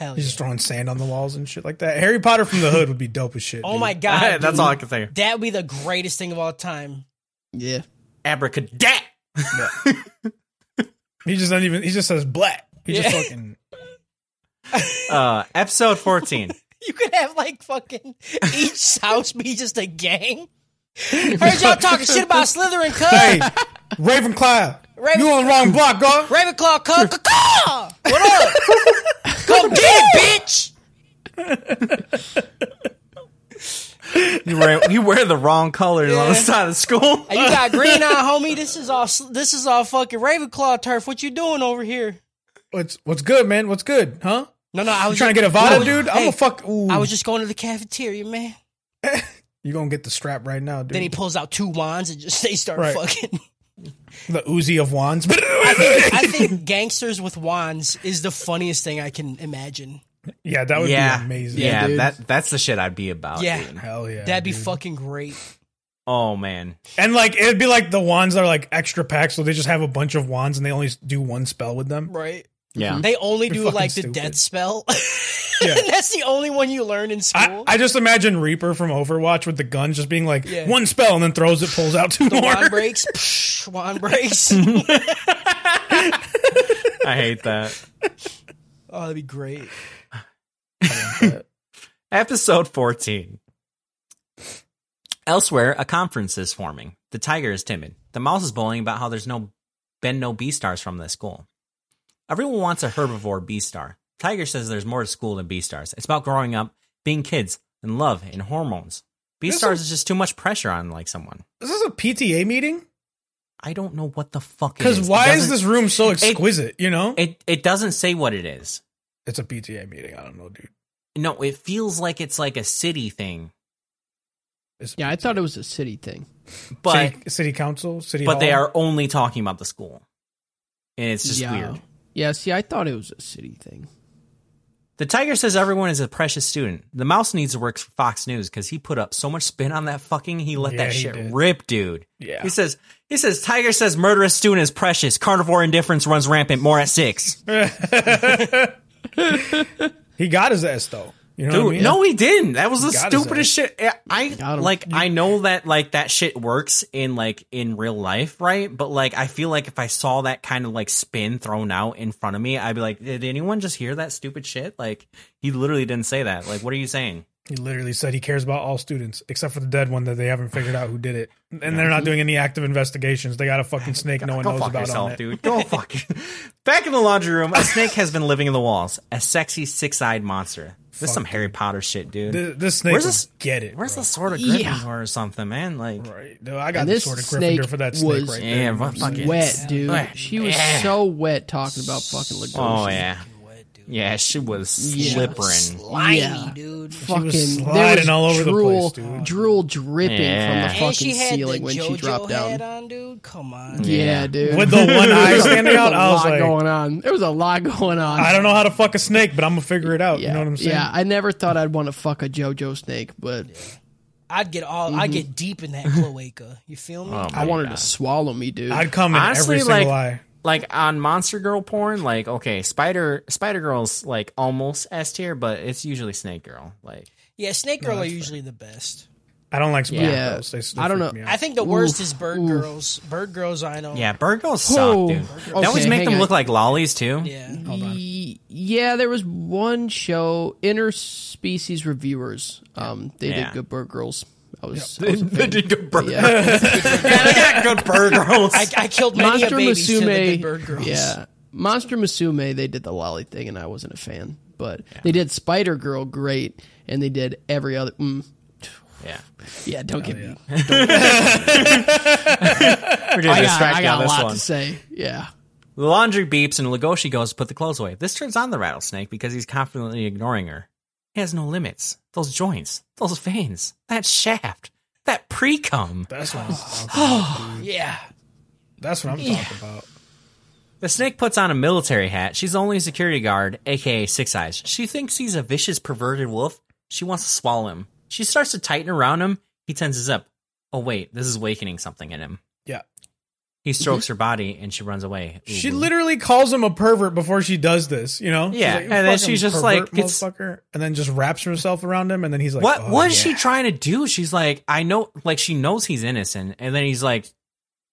He's
yeah.
just throwing sand on the walls and shit like that. Harry Potter from the Hood would be dope as shit.
Oh
dude.
my god,
That's
dude.
all I can say.
That would be the greatest thing of all time.
Yeah.
Abracadat.
He just doesn't even. He just says black. He just
Yeah.
fucking.
Uh, episode 14.
You could have like fucking each house be just a gang. Heard y'all talking shit about Slytherin, cuz.
Hey, Ravenclaw,
Raven-
you on the wrong block, dog.
Ravenclaw, cuz. Caw! What up? Come get it, bitch.
You wear, you wear the wrong colors on the side of school.
Hey, you got green eye, homie. This is all this is all fucking Ravenclaw turf. What you doing over here?
What's what's good, man? What's good, huh?
No, no, I was
Trying to get a
I
Vada,
was-
dude. I'm
hey,
gonna fuck. Ooh.
I was just going to the cafeteria, man.
you gonna get the strap right now, dude.
Then he pulls out two wands and just they start
Right.
fucking.
the Uzi of wands.
I think gangsters with wands is the funniest thing I can imagine.
yeah, that would
yeah.
be amazing.
Yeah,
dude.
that that's the shit I'd be about.
Yeah.
dude.
Hell yeah.
That'd be
dude.
fucking great.
Oh man.
And like it'd be like the wands that are like extra packs, so they just have a bunch of wands and they only do one spell with them.
Right.
Yeah.
They only
You're
do
fucking
like
stupid.
the death spell.
Yeah.
and that's the only one you learn in
I,
school.
I just imagine Reaper from Overwatch with the gun just being like
Yeah.
one spell and then throws it, pulls out two
the
more.
wand breaks. Psh, wand breaks.
I hate that.
oh, that'd be great.
Episode 14. Elsewhere, a conference is forming. The tiger is timid. The mouse is bullying about how there's no been no B stars from this school. Everyone wants a herbivore B star. Tiger says there's more to school than B stars. It's about growing up, being kids, and love and hormones. B stars is just too much pressure on like someone.
Is this a PTA meeting?
I don't know what the fuck it is. It
Because why is
doesn't-
this room so exquisite? you know,
It it doesn't say what it is.
it's a PTA meeting. I don't know, dude.
No, it feels like it's like a city thing,
It's
Yeah, I thought it was a city thing.
but
city, city council, city.
but they
hall.
are only talking about the school, and it's just
yeah.
weird.
Yeah, see, I thought it was a city thing.
The tiger says everyone is a precious student. The mouse needs to work for Fox News because he put up so much spin on that fucking. He let
Yeah,
that
he
shit
did.
rip, dude.
Yeah.
He says he says tiger says murderous student is precious. Carnivore indifference runs rampant. More at six.
He got his ass though. You know,
Dude,
what I mean?
no, he didn't. That was the
got his
stupidest shit. I- I
him.
like. I know that like that shit works in like in real life, right? But like, I feel like if I saw that kind of like spin thrown out in front of me, I'd be like, "Did anyone just hear that stupid shit?" Like, he literally didn't say that. Like, what are you saying?
He literally said he cares about all students except for the dead one that they haven't figured out who did it, and they're not doing any active investigations. They got a fucking snake no one
Go
knows
fuck
about
yourself,
on it.
dude. Go fuck. Back in the laundry room, a snake has been living in the walls. A sexy six-eyed monster. This is some Harry Potter shit, dude.
Th- This snake
Where's
will
this-
get it.
Where's
bro.
the sword of Gryffindor
Yeah.
or something, man? Like,
Right. Dude, I got
And
the
this
sword of
snake
Gryffindor for that snake
was-
right there.
yeah, what fucking
Wet, dude.
Wet.
She was
Yeah.
so wet talking about fucking Lagosha.
Oh yeah, yeah. She was
Yeah.
slippering.
Slimy,
Yeah.
dude.
Fucking, there
sliding
was
all over the
drool,
place, dude.
drool dripping
Yeah.
from the
And she
fucking
had
ceiling
the
when
JoJo
she dropped
head
down.
on, dude. Come on.
Yeah, dude.
With the one eye standing
There
out,
was a
I was
lot
like,
going on. There was a lot going on.
I don't know how to fuck a snake, but I'm gonna figure it out.
Yeah,
You know what I'm saying?
yeah. I never thought I'd want to fuck a JoJo snake, but
I'd get all.
Mm-hmm.
I'd get deep in that cloaca. You feel me?
Oh,
I
my
wanted
God.
to swallow me, dude.
I'd come in
Honestly,
every single
like-
eye.
like on Monster Girl porn. Like, okay, Spider Spider Girl's like almost S tier, but it's usually Snake Girl. Like,
yeah, snake girl are usually the best.
I don't like spider
Yeah.
girls. They, they
I don't
freak
know.
me out.
I think the worst is bird girls. Bird girls, I know.
yeah, Bird Girls suck,
Oh,
dude.
Bird
They
Girls.
always
Okay,
make
hang
them
on.
look like lollies too.
Yeah.
Mm. Ye- Yeah, there was one show, Interspecies Reviewers. Um, they
Yeah.
did Good Bird Girls. I was, I was a
they
fan.
did good Bird
Yeah.
Yeah, they got good Bird Girls.
I, I killed many a
Monster
babies to the good
Musume.
bird girls.
Yeah, Monster Musume. They did the lolly thing, and I wasn't a fan. But they did Spider Girl great, and they did every other. Mm,
yeah,
yeah, don't get me.
we're doing
I got,
distract
I
you on
got a
this
lot
one.
to say. Yeah,
The laundry beeps and Lagoshi goes to put the clothes away. This turns on the rattlesnake because he's confidently ignoring her. He has no limits. Those joints, those veins, that shaft, that pre cum.
that's what I'm talking about. dude.
Yeah.
That's what I'm talking about.
The snake puts on a military hat. She's the only security guard, aka Six Eyes. She thinks he's a vicious, perverted wolf. She wants to swallow him. She starts to tighten around him. He tenses up. Oh, wait, this is awakening something in him.
Yeah.
He He strokes her body and she runs away. Ooh,
She
ooh.
literally calls him a pervert before she does this, you know?
Yeah,
She's
and then
"Fucking
she's just
pervert,
like, gets-
motherfucker, and then just wraps herself around him, and then he's like,
what
"Oh,
what is
yeah."
she trying to do? She's like, I know, like she knows he's innocent, and then he's like,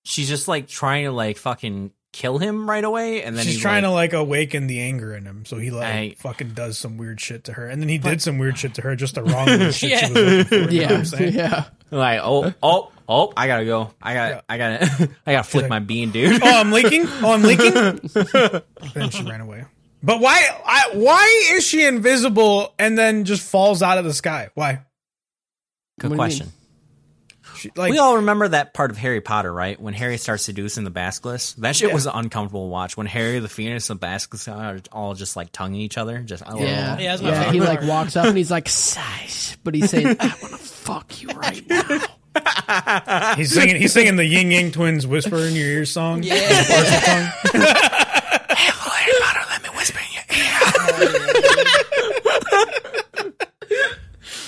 she's just like trying to like fucking kill him right away, and then
She's
he's
trying
like,
to like awaken the anger in him, so he like
I-
fucking does some weird shit to her, and then he did some weird shit to her, just the wrong weird shit she was looking for. You know what
Yeah,
I'm saying?
yeah.
to like, oh oh oh, I gotta go, I got to I gotta I gotta flick my bean, dude.
Oh, I'm leaking. Oh, I'm leaking. and then she ran away. But why? I, why is she invisible and then just falls out of the sky? Why?
What do you
Good
mean?
question.
She, like
we all remember that part of Harry Potter, right? When Harry starts seducing the Basilisk. That shit was an uncomfortable to watch. When Harry, the Phoenix, and the Basilisk are all just like tonguing each other. Just I don't
Yeah,
know.
Yeah, that's my
yeah. He
favorite
like
part.
walks up and he's like, "Size," but he's saying, "I want to fuck you right now."
he's singing. He's singing the Ying Yang Twins "Whisper in Your Ear" song.
Yeah.
Harry Potter, let me whisper in your ear.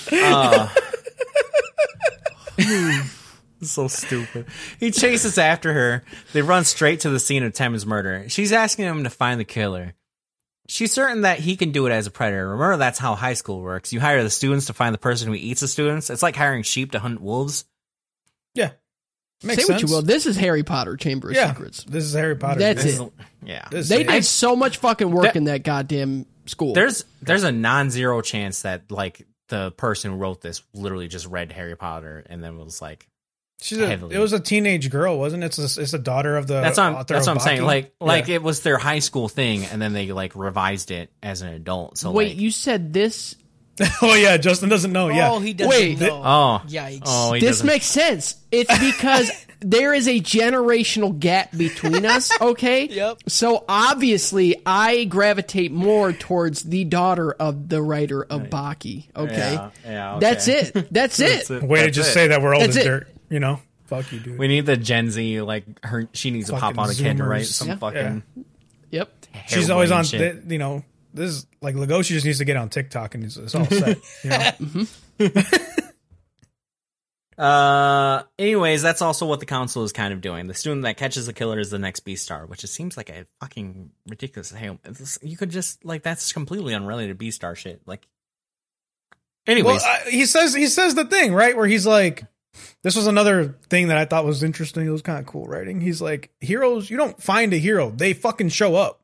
Uh, so stupid. He chases after her. They run straight to the scene of Tem's murder. She's asking him to find the killer. She's certain that he can do it as a predator. Remember, that's how high school works. You hire the students to find the person who eats the students. It's like hiring sheep to hunt wolves.
Yeah. Makes
Say what you will. This is Harry Potter Chamber of
Yeah.
Secrets.
This is Harry Potter.
That's
This
it.
Yeah.
is-
They
this
did
is-
so much fucking work
That-
in that goddamn school.
There's there's a non-zero chance that like the person who wrote this literally just read Harry Potter and then was like,
She's a,
heavily.
it was a teenage girl, wasn't it? It's a, it's a daughter of the.
that's what I'm,
Uh, author
that's
of
what I'm saying.
Baki.
Like like
Yeah.
it was their high school thing and then they like revised it as an adult. So
Wait,
like,
you said this?
oh yeah, Justin doesn't know. Yeah,
Oh, he doesn't
Wait,
know.
oh
Yikes.
oh he
This
doesn't-
makes sense. It's because there is a generational gap between us. Okay.
Yep.
So obviously, I gravitate more towards the daughter of the writer of Baki. Okay.
Yeah, yeah, okay.
That's it. That's it.
way to
That's
just
it.
say that we're old
That's
as
it.
dirt. You know, fuck you, dude.
We need the Gen Z like her. She needs to pop
Fucking
on a kid to
Zoomers.
write some
Yeah.
fucking.
Yep.
She's always
hair-wearing
on.
shit.
th- you know, this is like Legoshi just needs to get on TikTok and it's, it's all set. you know?
Uh, anyways, that's also what the council is kind of doing. The student that catches the killer is the next B star, which it seems like a fucking ridiculous. Hey, this- you could just like that's completely unrelated to B star shit. Like, anyways,
Well, uh, he says he says the thing right where he's like, this was another thing that I thought was interesting. It was kind of cool writing. He's like, heroes, you don't find a hero; they fucking show up.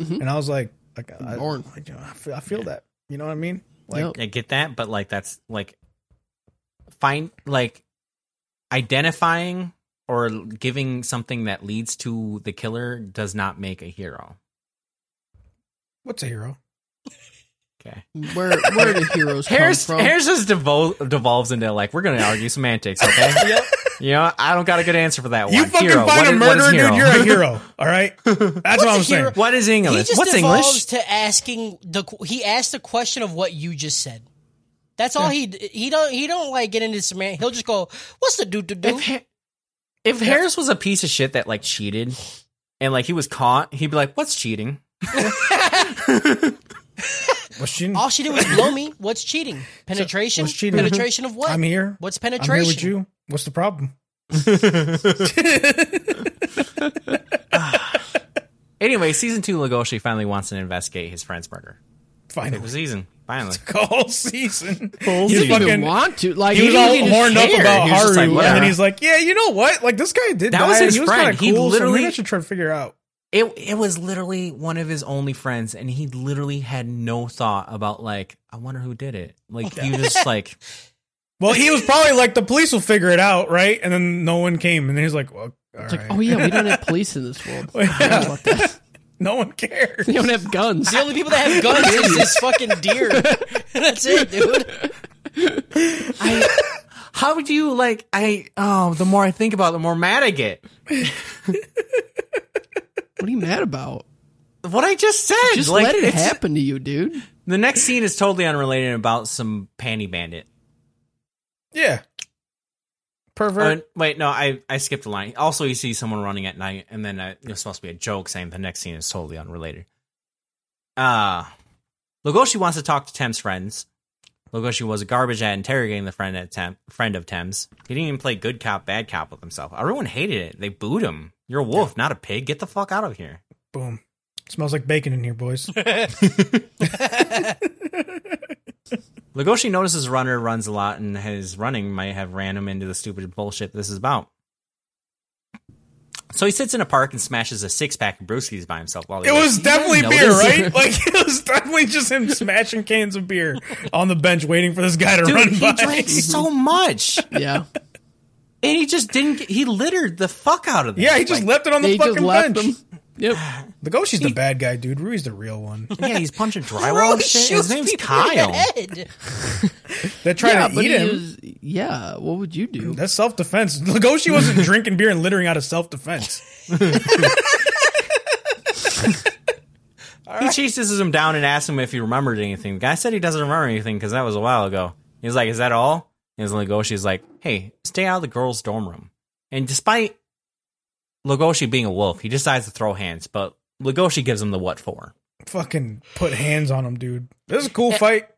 Mm-hmm.
Mhm.
And I was like, like I,
Born.
I, you know, I feel, I feel that. You know what I mean? Like,
Yep.
I get that, but like that's like find like identifying or giving something that leads to the killer does not make a hero.
what's a hero?
Okay.
Where where do heroes come
Harris,
from?
Harris just devol- devolves into like we're gonna argue semantics, okay? You know, I don't got a good answer for that one.
You fucking
Hero.
find
What
a
is- what is
murderer,
hero?
dude. You're a hero. All right, that's what I'm
a hero?
saying.
what is
He
English?
just
What's
evolves
English?
to asking the. qu- He asked the question of what you just said. That's all he d- he don't he don't like get into some He'll just go, "What's the do do do?"
If, Ha- if Harris was a piece of shit that like cheated, and like he was caught, he'd be like, "What's cheating?"
Was she?
All she did was blow me. What's cheating? Penetration.
what's cheating?
Penetration of what?
I'm here.
What's
I'm
penetration?
here with you. What's the problem?
Anyway, season two, Legoshi finally wants to investigate his friend's murder.
Finally,
Season finally.
the whole season.
He
He's
didn't even
fucking-
want to. Like
he was all
didn't
horned up
care.
about
He was
Haru,
just like,
and
whatever.
then he's like, "Yeah, you know what? Like this guy did
That was
die,
his
and he was
friend.
kind of
He
cool. so
literally-
maybe I should try to figure out."
It it was literally one of his only friends, and he literally had no thought about like, I wonder who did it. Like you just like
Well, he was probably like, "The police will figure it out, right?" And then no one came, and then he's like, "Well, all
It's like,
right."
oh yeah, we don't have police in this world.
Well, yeah.
About this.
no one cares."
We don't have guns.
The only people that have guns is this fucking deer. That's it, dude.
how would you like I oh the more I think about it, the more mad I get.
What are you mad about?
What I just said.
Just
like,
let it
it's-
happen to you, dude.
The next scene is totally unrelated about some panty bandit.
yeah, pervert.
Uh, wait, no, I, I skipped a line. Also, you see someone running at night, and then uh, it was supposed to be a joke saying the next scene is totally unrelated. Uh, Legoshi wants to talk to Tem's friends. Logoshi was garbage at interrogating the friend at Tem- friend of Thames. He didn't even play good cop, bad cop with himself. Everyone hated it. They booed him. You're a wolf, not a pig. Get the fuck out of here.
Boom. Smells like bacon in here, boys.
Legoshi notices Runner runs a lot, and his running might have ran him into the stupid bullshit this is about. So he sits in a park and smashes a six pack of brewskis by himself while he
It
waits.
was definitely beer,
notice.
right? Like it was definitely just him smashing cans of beer on the bench, waiting for this guy to
Dude,
run
he
by.
drank so much, and
Yeah.
he just didn't. Get, he littered the fuck out of them.
Yeah, he just left it on the
they
fucking
just left
bench.
them. Yep.
Legoshi's the bad guy, dude. Rui's the real one.
yeah, he's punching drywall and shit. His name's Kyle.
They're trying
yeah,
to eat
he
him.
was- yeah. What would you do?
That's self defense. Legoshi wasn't drinking beer and littering out of self defense.
He chases him down and asks him if he remembered anything. The guy said he doesn't remember anything because that was a while ago. He was like, "Is that all?" And Logoshi's like, "Hey, stay out of the girls' dorm room." And despite Legoshi being a wolf, he decides to throw hands, but Legoshi gives him the what for.
Fucking put hands on him, dude. This is a cool fight.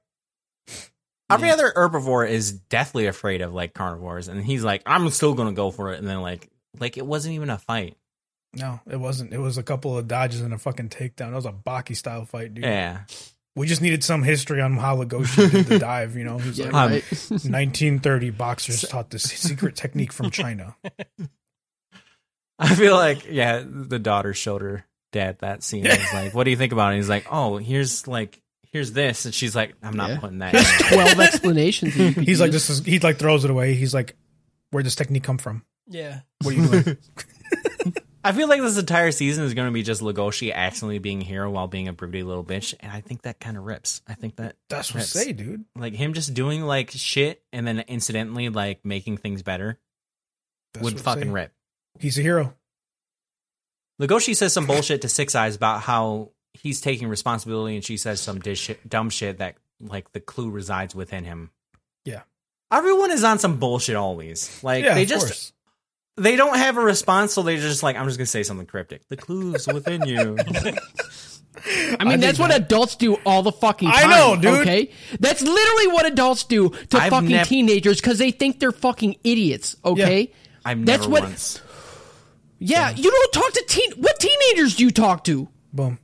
Every other herbivore is deathly afraid of like carnivores, and he's like, "I'm still gonna go for it." And then like, like it wasn't even a fight.
No, it wasn't. It was a couple of dodges and a fucking takedown. That was a Baki style fight, dude.
Yeah,
We just needed some history on how Legoshi did the dive. You know, he's
Yeah,
like
Um,
right.
1930 boxers taught this secret technique from China.
I feel like yeah, the daughter showed her dad that scene. I was like, "What do you think about it?" And he's like, "Oh, here's like here's this," and she's like, "I'm not
Yeah.
putting that." in.
Twelve explanations. that you could
He's like,
use.
this is. He like throws it away. He's like, where'd this technique come from?
yeah.
What are you doing?
I feel like this entire season is going to be just Legoshi accidentally being a hero while being a broody little bitch, and I think that kind of rips. I think that
That's what I
rips.
say, dude.
Like him just doing like shit and then incidentally like making things better
That's
would
what I
fucking
say.
rip.
He's a hero.
Legoshi says some bullshit to Six Eyes about how he's taking responsibility, and she says some dish, dumb shit that like the clue resides within him.
Yeah.
everyone is on some bullshit always. Like
yeah,
they
of
just
course.
they don't have a response, so they're just like, I'm just gonna say something cryptic. The clues within you.
I mean, that's what adults do all the fucking
I
time.
know, dude.
Okay, that's literally what adults do to
I've
fucking
nev-
teenagers because they think they're fucking idiots. Okay,
I've never
That's what-
once.
yeah, you don't talk to teen. What teenagers do you talk to?
Boom.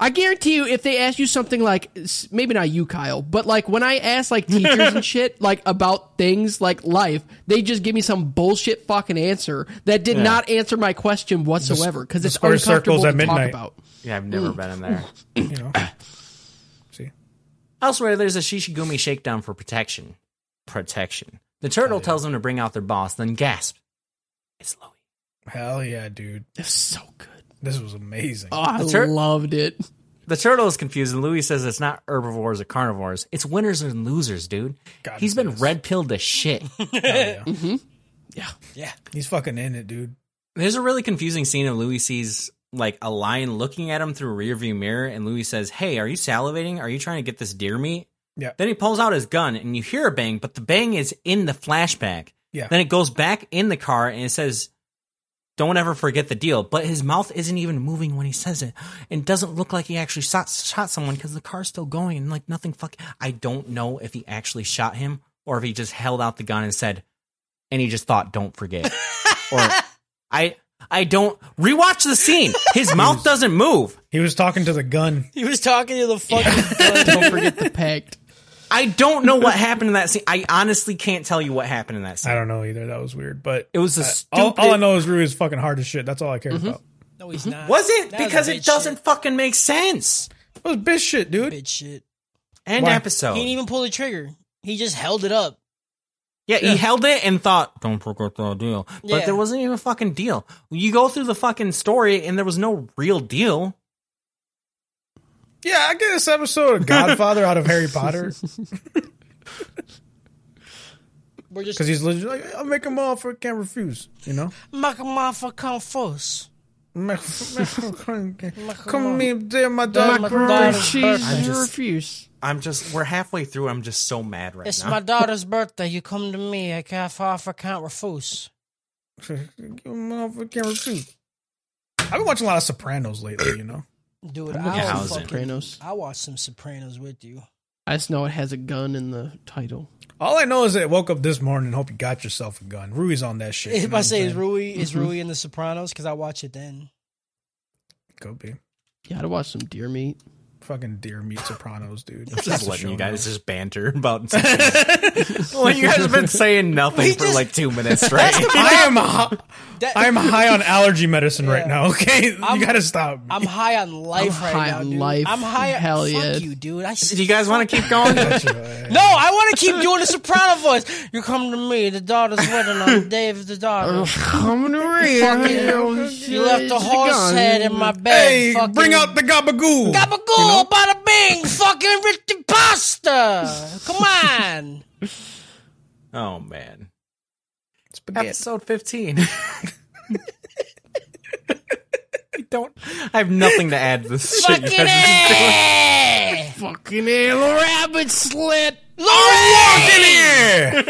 I guarantee you, if they ask you something like, s- maybe not you, Kyle, but like when I ask like teachers and shit, like about things like life, they just give me some bullshit fucking answer that did not answer my question whatsoever because
the
it's
square
uncomfortable
circles
to
at midnight.
talk about.
Yeah, I've never been in there.
You know. See.
Elsewhere, there's a Shishigumi shakedown for protection. Protection. The
Oh,
turtle tells them to bring out their boss, then gasp. It's Louis.
Hell yeah, dude.
It's so good.
This was amazing.
Oh, I
tur-
loved it.
The turtle is confused, and Louis says it's not herbivores or carnivores. It's winners and losers, dude.
God,
He's been
yes.
red pilled to shit.
He's fucking in it, dude.
There's a really confusing scene of Louis sees like a lion looking at him through a rearview mirror, and Louis says, "Hey, are you salivating? Are you trying to get this deer meat?"
Yeah.
Then he pulls out his gun, and you hear a bang, but the bang is in the flashback.
Yeah.
Then it goes back in the car, and it says, "Don't ever forget the deal." But his mouth isn't even moving when he says it, and doesn't look like he actually shot shot someone because the car's still going, and like nothing. Fuck, I don't know if he actually shot him or if he just held out the gun and said, and he just thought, "Don't forget," or I. I don't rewatch the scene. His mouth doesn't move.
He was talking to the gun.
He was talking to the fucking
Don't forget the pact.
I don't know what happened in that scene. I honestly can't tell you what happened in that
I
scene.
don't know either. That was weird. But
It was a
all,
stupid. Mm-hmm.
all I know is Rui is fucking hard as shit. That's all I care about.
No, he's not.
Was it?
That was
because
bitch
it doesn't
shit.
fucking make sense.
It was bitch shit, dude.
Bitch shit.
End
Why?
episode.
He didn't even pull the trigger. He just held it up.
yeah, he held it and thought, "Don't forget the deal," but
Yeah.
there wasn't even a fucking deal. You go through the fucking story, and there was no real deal.
Yeah, I get this episode of Godfather out of Harry Potter
We're just
because he's legit like, I'll make him offer, can't refuse. You know,
Make a motherfucker come first.
come me, dear my
my
daughter.
Oh,
daughter.
She's
I just-
refuse.
I'm just. We're halfway through. I'm just so mad right
It's
now.
my daughter's birthday. You come to me. I can't offer, can't refuse.
Can't refuse. I've been watching a lot of Sopranos lately. You know,
Dude,
I
I
Yeah,
will
how's it?
fucking,
Sopranos.
I watched some Sopranos with you.
I just know it has a gun in the title.
All I know is that I woke up this morning and hope you got yourself a gun. Rui's on that shit. you
If I
know what
say
I'm
is
saying?
Rui is Rui in The Sopranos because I watch it then.
could be
Yeah, I'd watch some deer meat.
fucking deer meat Sopranos, dude.
I'm just letting you guys just banter about.
Well, you guys have been saying nothing for like two minutes straight.
I am hi-
That-
I'm high on allergy medicine right
Yeah.
now. Okay,
I'm-
you gotta stop.
I'm high on life
I'm
right
high
now,
on
dude.
life.
I'm high on
Hell
fuck
yeah.
you, dude. I
Do you guys want to keep going?
No, I want to keep doing the soprano voice. You come to me, the daughter's wedding on the day of the daughter.
Oh, Coming
You left the horse head in my bed.
hey,
fucking
bring out the gabagoo.
gabagool, bada bing, fucking rich pasta. Come on.
oh man,
Spaghetti.
episode fifteen. I don't. I have nothing to add to this shit. you
fucking
guys are just doing.
A.
Fucking hell, rabbit slit.
Yeah.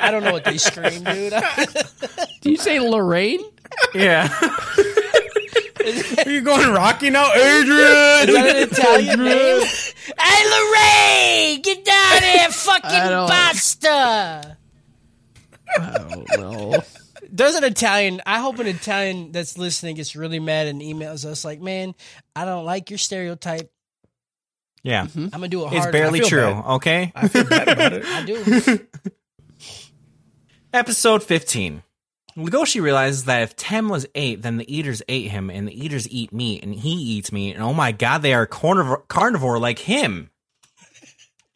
I don't know what they scream, dude.
Do you say Lorraine?
Yeah.
Are you going Rocky now, Adrian?
Is that an Italian name? hey, Lorraine, get down here, fucking
I don't-
pasta.
I don't know.
There's an Italian. I hope an Italian that's listening gets really mad and emails us like, "Man, I don't like your stereotype.
Yeah.
I'm gonna do a hard."
Hmm? It's barely
I feel
true.
bad.
Okay.
I feel bad about it.
I do.
Episode 15. Legoshi realizes that if Tem was eight, then the eaters ate him, and the eaters eat meat, and he eats meat, and oh my god, they are carnivore, carnivore like him.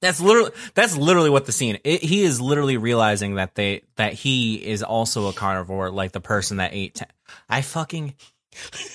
That's literally that's literally what the scene. It, he is literally realizing that they that he is also a carnivore, like the person that ate. Tem. I fucking.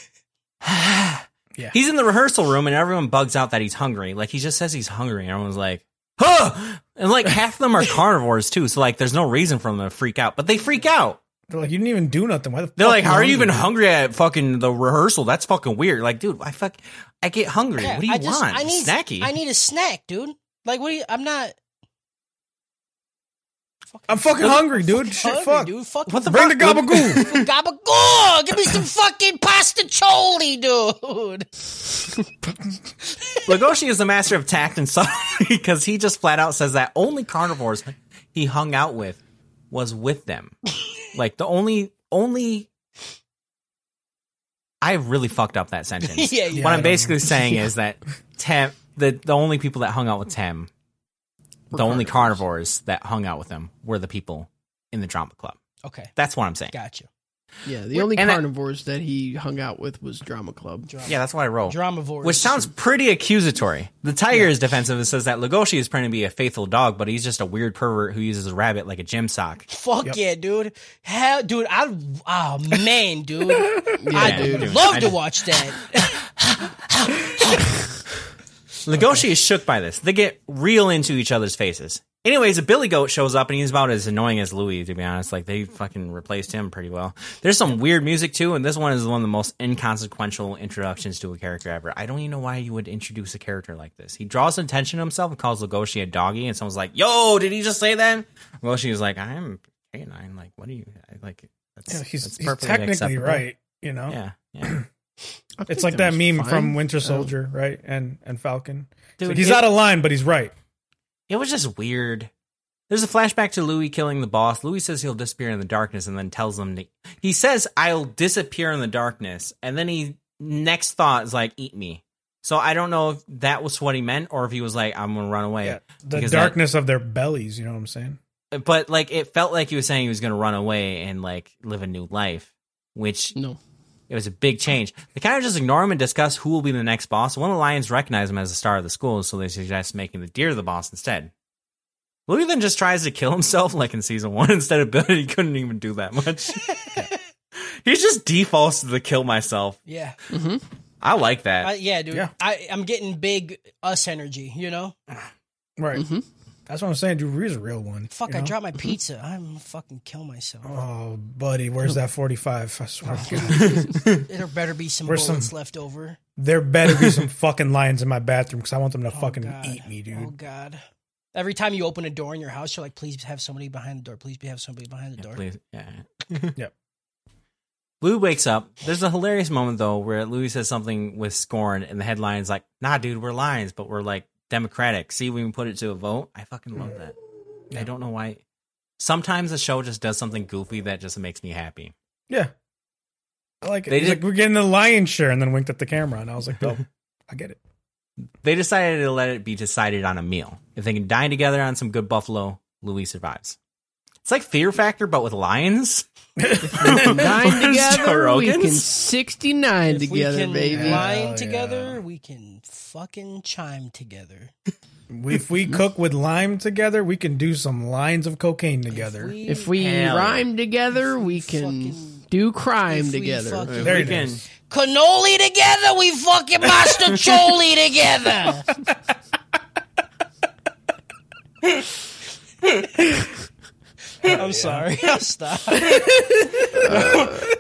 yeah. He's in the rehearsal room, and everyone bugs out that he's hungry. Like he just says he's hungry, and everyone's like, huh! And like half of them are carnivores too, so like there's no reason for them to freak out, but they freak out.
They're like, you didn't even do nothing. Why the
They're
fuck
like, "How are you even
hungry?"
hungry at fucking the rehearsal? That's fucking weird." Like, dude, I fuck, I get hungry.
Yeah,
what do you
I just-
want?
I need
Snacky.
I need a snack, dude. Like, what? do you, I'm not
I'm fucking hungry, dude. Shit,
hungry,
fuck.
dude. Fuck
what the
Bring the
fuck?
gabagoo.
gabagool. Give me some fucking pasta choli, dude.
Legoshi is the master of tact and subtlety because he just flat out says that only carnivores he hung out with was with them. like the only only. I really fucked up that sentence.
Yeah, you
what
I
I'm
don't
basically saying is that Tem, the the only people that hung out with Tem, the only carnivores that hung out with him were the people in the drama club.
Okay,
That's what I'm saying.
got you.
Yeah, the only
and I-
carnivores that he hung out with was Drama Club.
Yeah, that's what I wrote.
Drama voice.
Which sounds pretty accusatory. The tiger is defensive and says that Legoshi is pretending to be a faithful dog, but he's just a weird pervert who uses a rabbit like a gym sock.
Fuck yeah, dude. Hell, dude. I oh man, dude. I
dude. I
love to
just-
watch that.
Legoshi is shook by this. They get real into each other's faces. Anyways, a billy goat shows up and he's about as annoying as Louis, to be honest. Like they fucking replaced him pretty well. There's some weird music too, and this one is one of the most inconsequential introductions to a character ever. I don't even know why you would introduce a character like this. He draws attention to himself and calls Legoshi a doggy, and someone's like, "Yo, did he just say that?" Legoshi is like, "I'm canine. Like, what are you like?" That's,
Yeah,
that's
he's, he's
perfectly
technically
acceptable.
right. You know,
Yeah, yeah.
I think
it's like
that
that
was
meme
fine.
from Winter
Oh.
Soldier, right? And and Falcon. It's
Dude,
like, he's
it-
out of line, but he's right.
it was just weird. There's a flashback to Louis killing the boss. Louis says he'll disappear in the darkness and then tells them to. He says, I'll disappear in the darkness. And then he, next thought is like, eat me. So I don't know if that was what he meant or if he was like, I'm going to run away.
Yeah, the
Because that-
darkness of their bellies. You know what I'm saying?
But like, it felt like he was saying he was going to run away and like live a new life, which
No.
it was a big change. They kind of just ignore him and discuss who will be the next boss. One of the lions recognized him as the star of the school, so they suggest making the deer the boss instead. Louis then just tries to kill himself like in season one instead of Billy. He couldn't even do that much. he just defaults to the kill myself.
Yeah,
I like that.
I, yeah, dude.
Yeah.
I I'm getting big us energy. You know.
Right. That's what I'm saying. Drew Brees is a real one.
Fuck,
you know? Mm-hmm.
I dropped my pizza. I'm gonna fucking kill myself.
Oh, buddy, where's that 45? I
Oh,
swear to God.
There better be some
Oh, Where's
bullets
some-
left over.
There better be some fucking lions in my bathroom because I want them to fucking
Oh, God.
eat me, dude.
Oh god. Every time you open a door in your house, you're like, please have somebody behind the door. Please have somebody behind the door.
Please. Yeah.
Yep.
Louis wakes up. There's a hilarious moment though where Louis says something with scorn, and the headline's like, "Nah, dude, we're lions, but we're like Democratic. See, we can put it to a vote. I fucking love that. I don't know why. Sometimes a show just does something goofy that just makes me happy.
Yeah. I like it.
They
He's
did-
like, we're getting the lion's share, and then winked at the camera, and I was like, "Oh, I get it."
They decided to let it be decided on a meal. If they can dine together on some good buffalo, Louis survives. It's like Fear Factor, but with lions.
Nine
Where's
together,
Joe
we can
Rogan's?
sixty-nine
If we
together,
can
baby.
line
Hell
together,
yeah.
we can fucking chime together.
If we cook with lime together, we can do some lines of cocaine together.
If we
Hell.
rhyme together,
If
we
we
can
fucking-
do crime
if we
together.
fucking-
there
We
it
can.
is.
cannoli together, we fucking masticholi together. I'm sorry. I'll stop.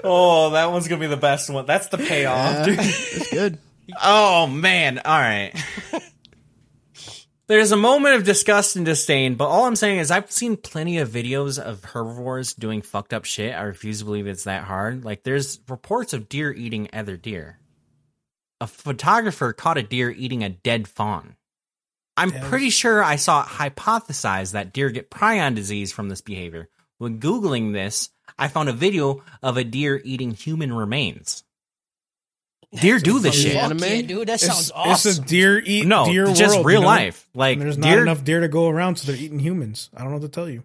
Oh, that one's gonna be the best one. That's the payoff. dude.
It's good.
Oh man! All right. There's a moment of disgust and disdain, but all I'm saying is I've seen plenty of videos of herbivores doing fucked up shit. I refuse to believe it's that hard. Like there's reports of deer eating other deer. A photographer caught a deer eating a dead fawn. I'm pretty sure I saw it hypothesize that deer get prion disease from this behavior. When googling this, I found a video of a deer eating human remains. Deer do this shit.
Fuck
Anime?
yeah, dude. That sounds
It's,
awesome.
it's a deer eat
No,
E, deer
it's just
world,
real
you know?
life. Like
And there's not
deer,
enough deer to go around, so they're eating humans. I don't know what to tell you.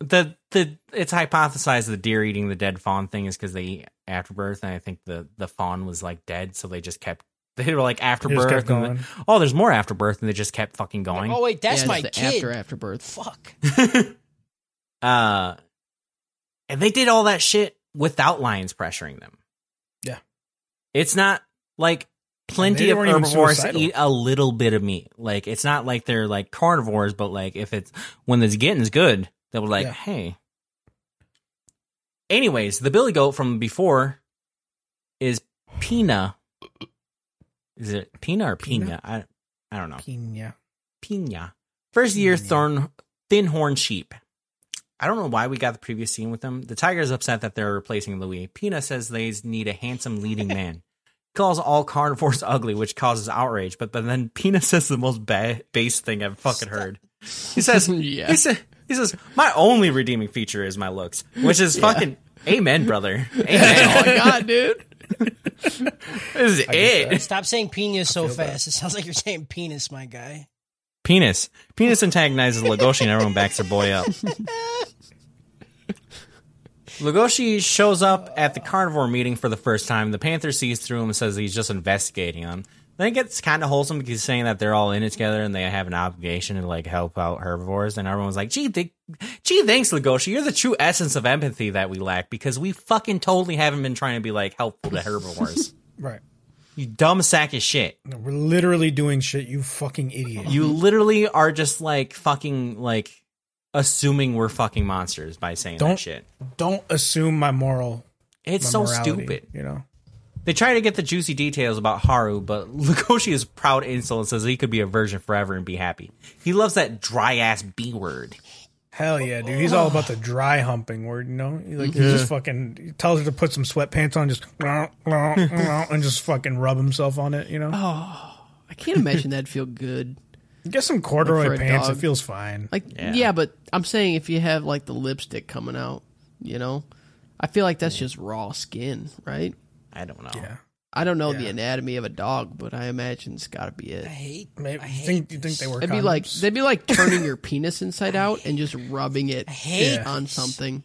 The the it's hypothesized the deer eating the dead fawn thing is because they eat afterbirth, and I think the the fawn was like dead, so they just kept. They were like
They just
afterbirth.
kept
and
going.
oh, there's more afterbirth, and they just kept fucking going.
oh, wait, that's
Yeah,
my
it's the
kid.
After afterbirth.
Fuck.
uh, and they did all that shit without lions pressuring them.
Yeah.
it's not like plenty
they
of
weren't even
herbivores
suicidal.
eat a little bit of meat. Like it's not like they're like carnivores, but like if it's when this getting's good, they were like,
Yeah.
hey. Anyways, the billy goat from before is Pina. Is it Pina or Pina? I I don't know.
Yeah,
Pina. First year
Pina.
thorn thin horn sheep. I don't know why we got the previous scene with them. The tiger is upset that they're replacing Louis. Pina says they need a handsome leading man. Calls all carnivores ugly, which causes outrage. But, but then Pina says the most ba- base thing I've fucking heard. He says,
Yeah.
he says, he says, my only redeeming feature is my looks, which is fucking amen, brother. Amen.
oh my god, dude!
this is it.
Stop saying penis so fast. It sounds like you're saying penis, my guy.
Penis. Penis antagonizes Legoshi and everyone backs their boy up. Lugoshi shows up at the carnivore meeting for the first time. The panther sees through him and says he's just investigating him. Then it gets kind of wholesome because he's saying that they're all in it together and they have an obligation to like help out herbivores. And everyone's like, "Gee, th- gee, thanks, Lugoshi. You're the true essence of empathy that we lack because we fucking totally haven't been trying to be like helpful to herbivores.
right.
you dumb sack of shit.
No, we're literally doing shit. You fucking idiot.
You literally are just like fucking like assuming we're fucking monsters by saying that
Don't-
shit.
don't assume my moral.
It's
my
so
morality,
stupid.
You know.
They try to get the juicy details about Haru, but Lukoshi is proud insult and says he could be a virgin forever and be happy. He loves that dry ass B word.
Hell yeah, dude. He's all about the dry humping word, you know? He, like, he just fucking he tells her to put some sweatpants on, just and just fucking rub himself on it, you know?
I can't imagine that'd feel good.
Get some
for
corduroy
a
pants.
dog.
It feels fine.
Like, yeah. but I'm saying if you have like the lipstick coming out, you know, I feel like that's just raw skin, right?
I don't know.
yeah.
I don't know the anatomy of a dog, but I imagine it's got to be it.
I hate
Maybe, you think, you think they were
It'd be like they'd be like turning your penis inside out and just rubbing it
hate
Yeah.
on something.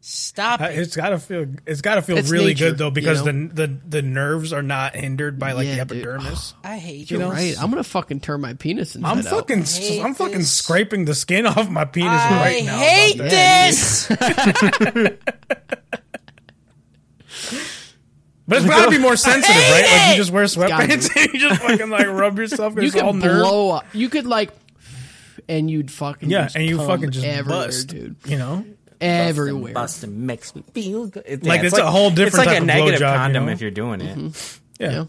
Stop it.
it's gotta feel. It's gotta feel
It's
really
nature,
good though,
you
because
know?
the the the nerves are not hindered by like
Yeah,
the
dude.
epidermis.
I hate
You're
you.
right. I'm gonna fucking turn my penis inside
I'm
out.
fucking.
hate
I'm fucking
this.
scraping the skin off my penis
I
right now. about
hate
that.
this.
But it's gotta be more sensitive,
hate
right? Like
it!
you just wear
gotta be.
sweatpants and you just fucking like rub yourself.
You
It's all
could
nerve.
blow up. You could like, and you'd fucking
Yeah,
just
and you
cum
fucking just
everywhere,
bust,
dude,
You know,
everywhere.
Bust and makes me feel good. It-
Like,
yeah,
it's a whole different
It's like
type
a
of
negative
blowjob, you
condom
know?
if you're doing it.
yeah,
Yeah.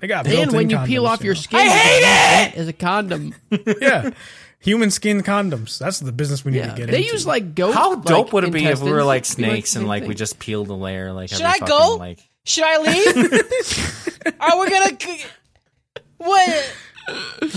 they got.
And
built-in
when you peel
condoms,
off your
know?
skin, I hate it as a condom.
yeah, human skin condoms. That's the business we need
Yeah,
to get
they
into.
use like goat.
How
like,
dope would it be if we were like
intestines? It'd be,
snakes
the
and
same
like we
thing.
just peeled the layer? Like,
Should
every
I
fucking,
go?
Like,
Should I leave? Are we gonna? c- What?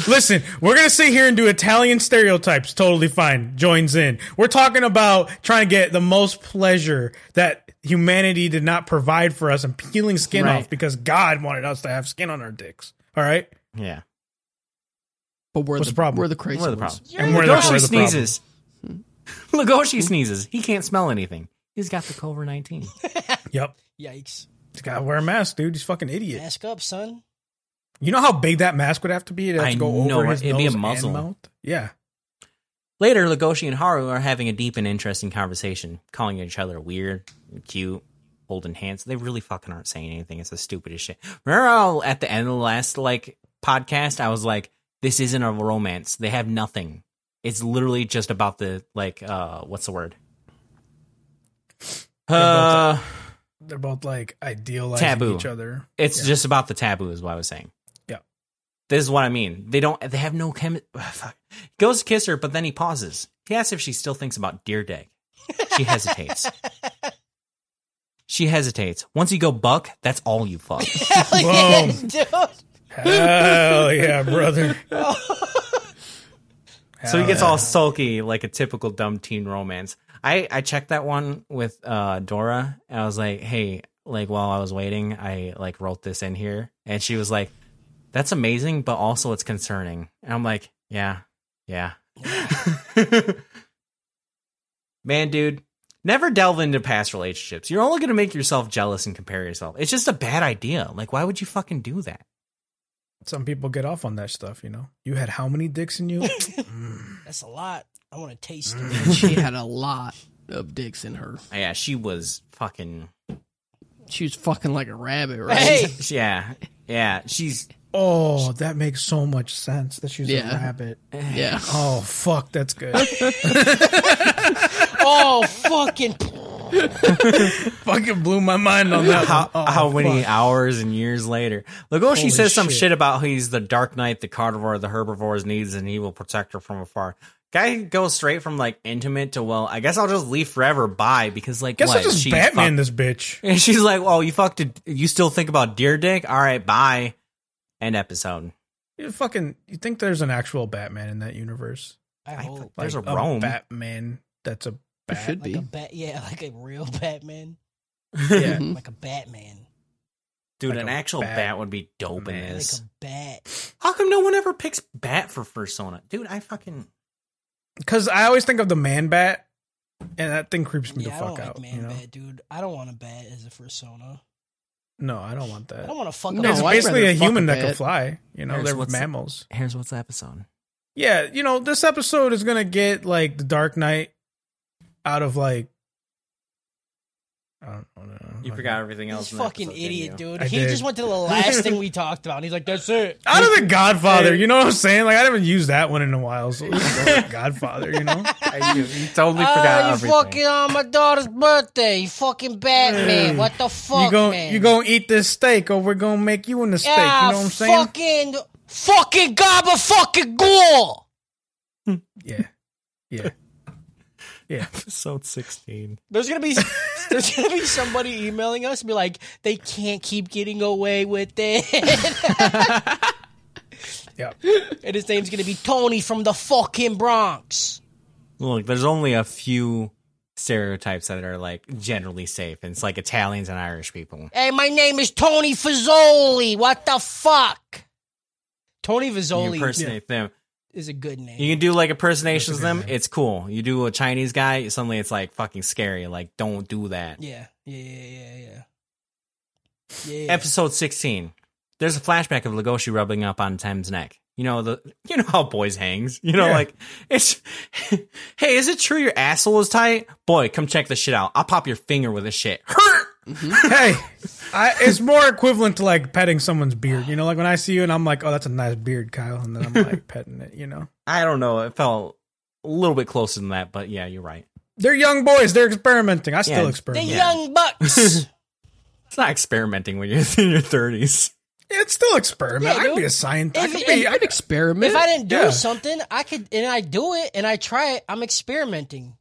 Listen, we're gonna sit here and do Italian stereotypes. Totally fine. Joins in. We're talking about trying to get the most pleasure that humanity did not provide for us and peeling skin
Right.
off because God wanted us to have skin on our dicks. All right.
Yeah.
But we're
What's
the
the problem?
We're the crazy
We're the
ones. Hmm.
problem.
And we're the-
Legoshi
we're the problem.
sneezes. Legoshi sneezes. He can't smell anything. He's got the COVID 19.
Yep.
Yikes.
He's gotta wear a mask, dude. He's a fucking idiot.
Mask up, son.
You know how big that mask would have to be to have
I
to go
know,
over
right?
his
It'd
nose
be a
and
muzzle.
mouth? Yeah.
Later, Legoshi and Haru are having a deep and interesting conversation, calling each other weird, cute, holding hands. They really fucking aren't saying anything. It's the stupidest shit. Remember how at the end of the last like podcast, I was like, "This isn't a romance. They have nothing. It's literally just about the like, uh, what's the word? Uh,
They're both like idealizing
Taboo.
each other.
it's just about the taboo, is what I was saying.
Yeah.
this is what I mean. They don't. They have no chem. fuck. Goes to kiss her, but then he pauses. He asks if she still thinks about Deer Dag. She hesitates. she hesitates. Once you go buck, that's all you fuck.
Boom.
Dude.
Hell yeah, brother.
so
Oh,
he gets all sulky like a typical dumb teen romance. I I checked that one with uh Dora and I was like, "Hey, like while I was waiting, I like wrote this in here." And she was like, "That's amazing, but also it's concerning." And I'm like, "Yeah. Yeah." Man, dude, never delve into past relationships. You're only going to make yourself jealous and compare yourself. It's just a bad idea. Like why would you fucking do that?
Some people get off on that stuff, you know. You had how many dicks in you?
That's a lot. I want to taste
Mm.
it.
she had a lot of dicks in her.
Yeah, she was fucking
She was fucking like a rabbit, right?
Hey,
yeah. Yeah, she's
Oh, that makes so much sense that she's
Yeah.
a rabbit.
Yeah.
Oh, fuck, that's good.
oh fucking!
Fucking blew my mind on that.
how,
one. Oh,
how many
fuck.
hours and years later. Legoshi
Holy
says some
shit.
shit about how he's the Dark Knight, the carnivore, the herbivore's needs, and he will protect her from afar. Guy goes straight from like intimate to well, I guess I'll just leave forever. Bye, because like
Guess
what?
I just
She
Batman
fucked-
this bitch.
and she's like, "Oh, you fucked it. You still think about deer dick? All right, bye." End episode.
You fucking, you think there's an actual Batman in that universe?
I
I
hope
thought- There's
Like,
a Rome.
Batman that's a
There
bat.
should
like
be.
a bat. Yeah, like a real Batman,
Yeah.
Mhm.
like a Batman,
Dude,
Like
an
a
actual bat,
bat
would be dope
man.
in
like
this.
a bat.
How come no one ever picks bat for persona? Dude, I fucking
Because I always think of the man bat, and that thing creeps me
Yeah, I
the fuck
don't
out.
like man
you know?
bat, dude. I don't want a bat as a persona.
No, I don't want that.
I don't want to fuck.
No,
up.
Uh, it's
I'd
basically
rather
a human
fuck a
that can
bat.
fly. You know,
Here's
they're
what's-
mammals.
here's what's the episode.
Yeah, you know, this episode is gonna get like the Dark Knight out of like. I don't, I don't know.
You forgot everything else.
He's
in the
fucking
episode, didn't
idiot,
you?
dude.
I
he
did.
just went to the last thing we talked about, and he's like, "That's it."
Out of the Godfather, you know what I'm saying? Like I haven't used that one in a while. So let's go with Godfather, you know.
I, you, you totally
Ah, you fucking on my daughter's birthday. You fucking Batman. What the fuck,
Mm. you go,
man?
you gonna eat this steak, or we're gonna make you into steak.
yeah,
you know what I'm saying?
Fucking, fucking gob a fucking ghoul.
Yeah, yeah.
Episode 16.
There's gonna be there's gonna be somebody emailing us and be like, they can't keep getting away with it.
Yep.
and his name's gonna be Tony from the fucking Bronx.
Look, there's only a few stereotypes that are like generally safe. And it's like Italians and Irish people.
Hey, my name is Tony Fazzoli. What the fuck? Tony
You
Fazzoli
impersonate them.
is a good name.
You can do like impersonations of them. It's cool. You do a Chinese guy, suddenly it's like fucking scary. Like, don't do that.
Yeah, yeah, yeah, yeah, yeah. Yeah.
Episode 16. There's a flashback of Legoshi rubbing up on Tem's neck. You know the you know how boys hangs. You know,
Yeah.
like it's hey, is it true your asshole is tight? Boy, come check this shit out. I'll pop your finger with this shit.
hey, I, it's more equivalent to like petting someone's beard. You know, like when I see you and I'm like, oh, that's a nice beard, Kyle, and then I'm like petting it. You know,
I don't know. It felt a little bit closer than that, but yeah, you're right.
they're young boys. They're experimenting. I still
Yeah.
the
experiment.
Young Bucks.
It's not experimenting when you're in your thirties.
It's still experiment.
Yeah,
I
dude.
could be a scientist. I
If-
could be.
if-
I
An
could,
experiment.
if I didn't do
Yeah.
something, I could, and I do it, and I try it. I'm experimenting.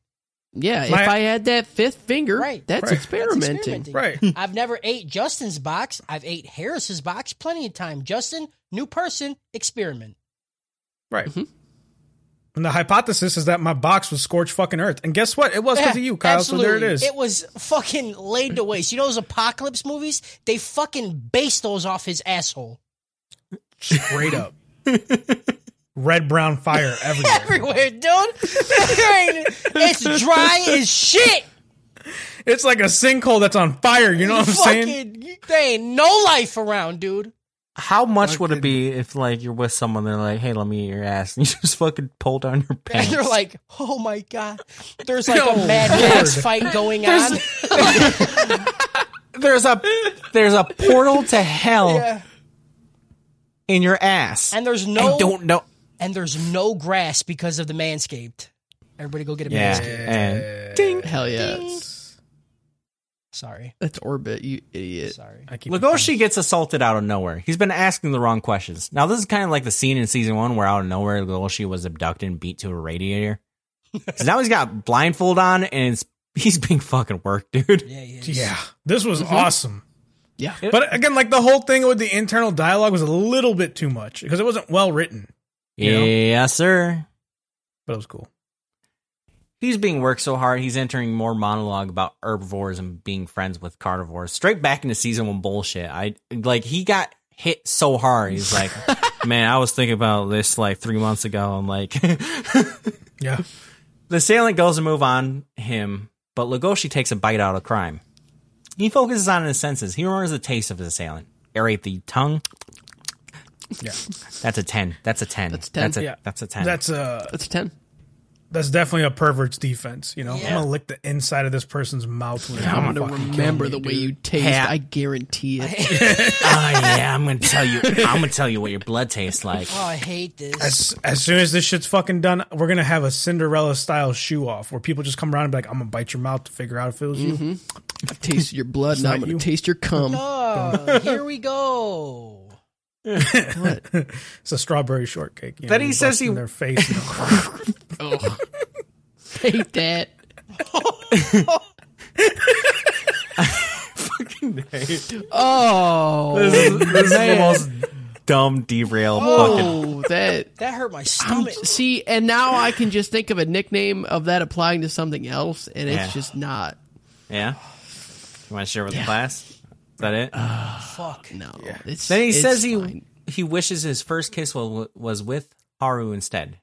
Yeah,
My-
if I had that fifth finger,
Right.
that's
Right.
experimenting.
Right.
I've never ate Justin's box. I've ate Harris's box plenty of time. Justin, new person, experiment.
Right.
Mhm.
And the hypothesis is that my box was scorched fucking earth. And guess what? It was because of you, Kyle. So there it is.
It was fucking laid to waste. You know those apocalypse movies? They fucking base those off his asshole.
Straight up. Red brown fire everywhere.
Everywhere, dude. it's dry as shit.
it's like a sinkhole that's on fire. You know what I'm
fucking,
saying?
There ain't no life around, dude.
How much would it be if like you're with someone and they're like, "Hey, let me eat your ass," and you just fucking pull down your
And
pants?
you're like, oh my god. There's like a Mad Max fight going on.
there's a there's a portal to hell
Yeah.
in your ass.
And there's no
I don't know.
and there's no grass because of the manscaped. Everybody go get a
Yeah,
manscaped.
and
Hell yeah,
Sorry.
that's orbit, you idiot.
Sorry.
I keep
Legoshi gets assaulted out of nowhere. He's been asking the wrong questions. Now this is kind of like the scene in season one where out of nowhere Legoshi was abducted and beat to a radiator. so now he's got blindfold on and it's, he's being fucking worked, dude.
Yeah, yeah.
Yeah. This was awesome.
Yeah.
But again, like the whole thing with the internal dialogue was a little bit too much because it wasn't well written,
Yes, sir.
but it was cool.
He's being worked so hard, he's entering more monologue about herbivores and being friends with carnivores. Straight back into season one bullshit. I like he got hit so hard. He's like, man, I was thinking about this like three months ago. I'm like,
Yeah.
the assailant goes to move on him, but Legoshi takes a bite out of crime. He focuses on his senses. He remembers the taste of his assailant. Aerate the tongue.
Yeah.
That's a ten. That's a ten. That's
10.
That's a,
Yeah.
that's a ten.
That's uh
That's a ten.
that's definitely a pervert's defense, you know. I'm gonna lick the inside of this person's mouth with
I'm gonna remember the way you taste.
Yeah.
I guarantee it.
oh yeah. I'm gonna tell you. I'm gonna tell you what your blood tastes like.
Oh, I hate this.
As, as soon as this shit's fucking done, we're gonna have a Cinderella style shoe off where people just come around and be like, "I'm gonna bite your mouth to figure out if it was
Mm-hmm.
you."
I've tasted your blood, now I'm gonna
you.
taste your cum.
Oh, here we go.
It's a strawberry shortcake. You know,
Betty
you
says
bust
he-
in their face. you know.
Oh, hate that. Oh,
this, is the most dumb derail fucking.
oh, that.
That hurt my
I'm-
stomach.
see, and now I can just think of a nickname of that applying to something else, and it's
Yeah.
just not.
Yeah. You want to share with the class? Is that it?
Uh,
Fuck.
No, it's.
Then he
it's
says he
fine.
he wishes his first kiss was, was with Haru instead.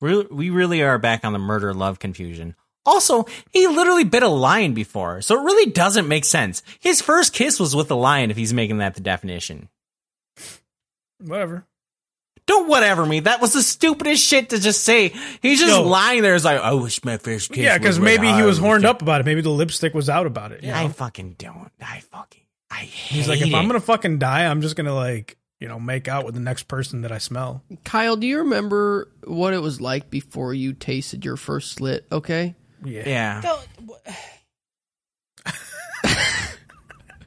We we really are back on the murder love confusion. Also, he literally bit a lion before, so it really doesn't make sense. His first kiss was with a lion if he's making that the definition.
Whatever.
Don't whatever me. That was the stupidest shit to just say. He's just
No.
lying there. It's like, I wish my first kiss.
yeah,
because
because maybe he was horned up about it. Maybe the lipstick was out about it. you
I
know?
fucking don't. I fucking. I hate
He's like, if
it.
I'm gonna fucking die, I'm just gonna like, you know, make out with the next person that I smell.
Kyle, do you remember what it was like before you tasted your first slit? Okay,
Yeah.
Yeah.
No, wha-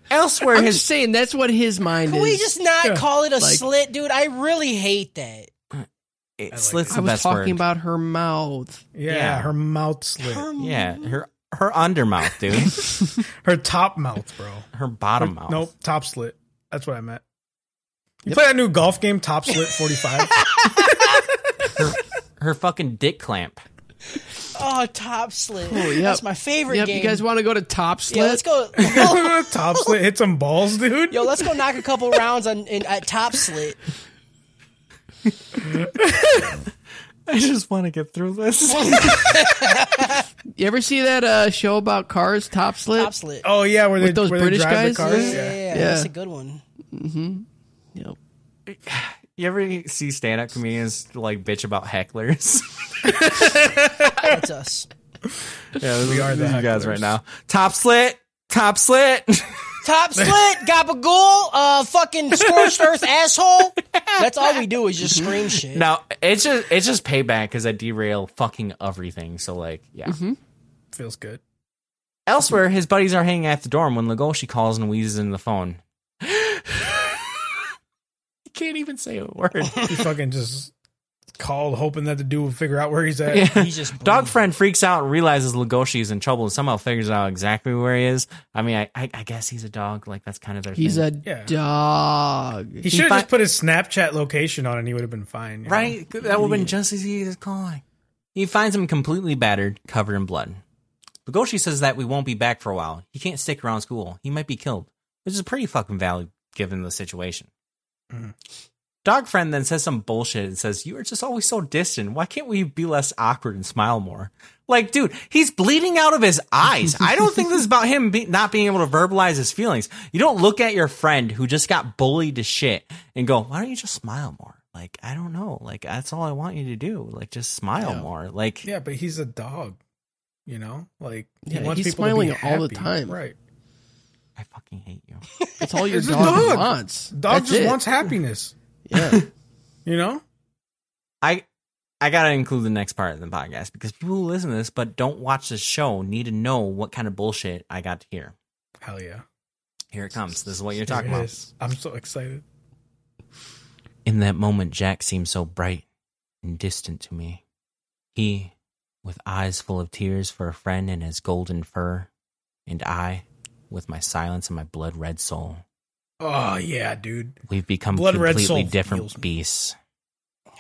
Elsewhere,
I'm
his
just saying that's what his mind
Can
is.
we just not
Yeah.
call it a
Like-
slit, dude? I really hate that.
it, slits
I
the
was
best
talking
word.
about her mouth.
Yeah,
Yeah.
her mouth slit,
yeah,
Mm-hmm.
her her undermouth, dude.
her top mouth, bro.
her bottom mouth.
Nope, top slit. That's what I meant. You play that new golf game, Top Slit Forty Five.
Her fucking dick clamp.
Oh, top slit.
Oh, yep.
That's my favorite
Yep,
game.
you guys want to go to top slit?
yeah, let's go. Yo,
top slit hit some balls, dude.
yo, let's go knock a couple rounds on in, at top slit.
I just want to get through this.
You ever see that uh, show about cars, Top Slit?
Top slit.
Oh yeah, where they
With those
where
British
they drive
guys?
the cars.
yeah,
Yeah.
that's a good one.
Yep.
you ever see stand up comedians like bitch about hecklers?
That's us.
yeah, we
are the
you guys
hecklers.
right now. Top slit, top slit.
Top slit, gabagool, uh, fucking scorched earth asshole. That's all we do is just scream shit.
now it's just it's just payback because I derail fucking everything. So like, yeah.
Mm-hmm.
Feels good.
Elsewhere, his buddies are hanging at the dorm when Legoshi calls and wheezes in the phone. he can't even say a word.
He fucking just called hoping that the dude would figure out where he's at.
He's just
Dog friend freaks out and realizes Legoshi is in trouble and somehow figures out exactly where he is. I mean, I I, I guess he's a dog. Like that's kind of their.
He's
thing.
a
Yeah.
dog.
He should have
fi-
just put his Snapchat location on and he would have been fine. you know?
right. That would have been just as easy as calling. He finds him completely battered, covered in blood. Legoshi says that we won't be back for a while. He can't stick around school. He might be killed, which is pretty fucking valid given the situation.
Mm.
Dog friend then says some bullshit and says, "You are just always so distant. Why can't we be less awkward and smile more?" Like, dude, he's bleeding out of his eyes. I don't think this is about him be- not being able to verbalize his feelings. You don't look at your friend who just got bullied to shit and go, "Why don't you just smile more?" Like, I don't know. Like, that's all I want you to do. Like, just smile more. Like,
Yeah, but he's a dog. You know, like he
Yeah,
wants
he's
people to be
smiling all
happy,
the time.
Right.
I fucking hate you.
That's all your
It's a
dog,
dog.
wants.
Dog
That's
just
it.
wants happiness.
Yeah.
You know.
I I gotta include the next part of the podcast because people who listen to this but don't watch this show need to know what kind of bullshit I got to hear.
Hell yeah.
Here it comes. This is what you're
There
talking
it
about.
is. I'm so excited.
In that moment, Jack seemed so bright and distant to me. He, with eyes full of tears for a friend and his golden fur, and I, with my silence and my blood red soul.
Oh yeah, dude.
We've become
Blood red
completely
soul
different
feels me.
beasts.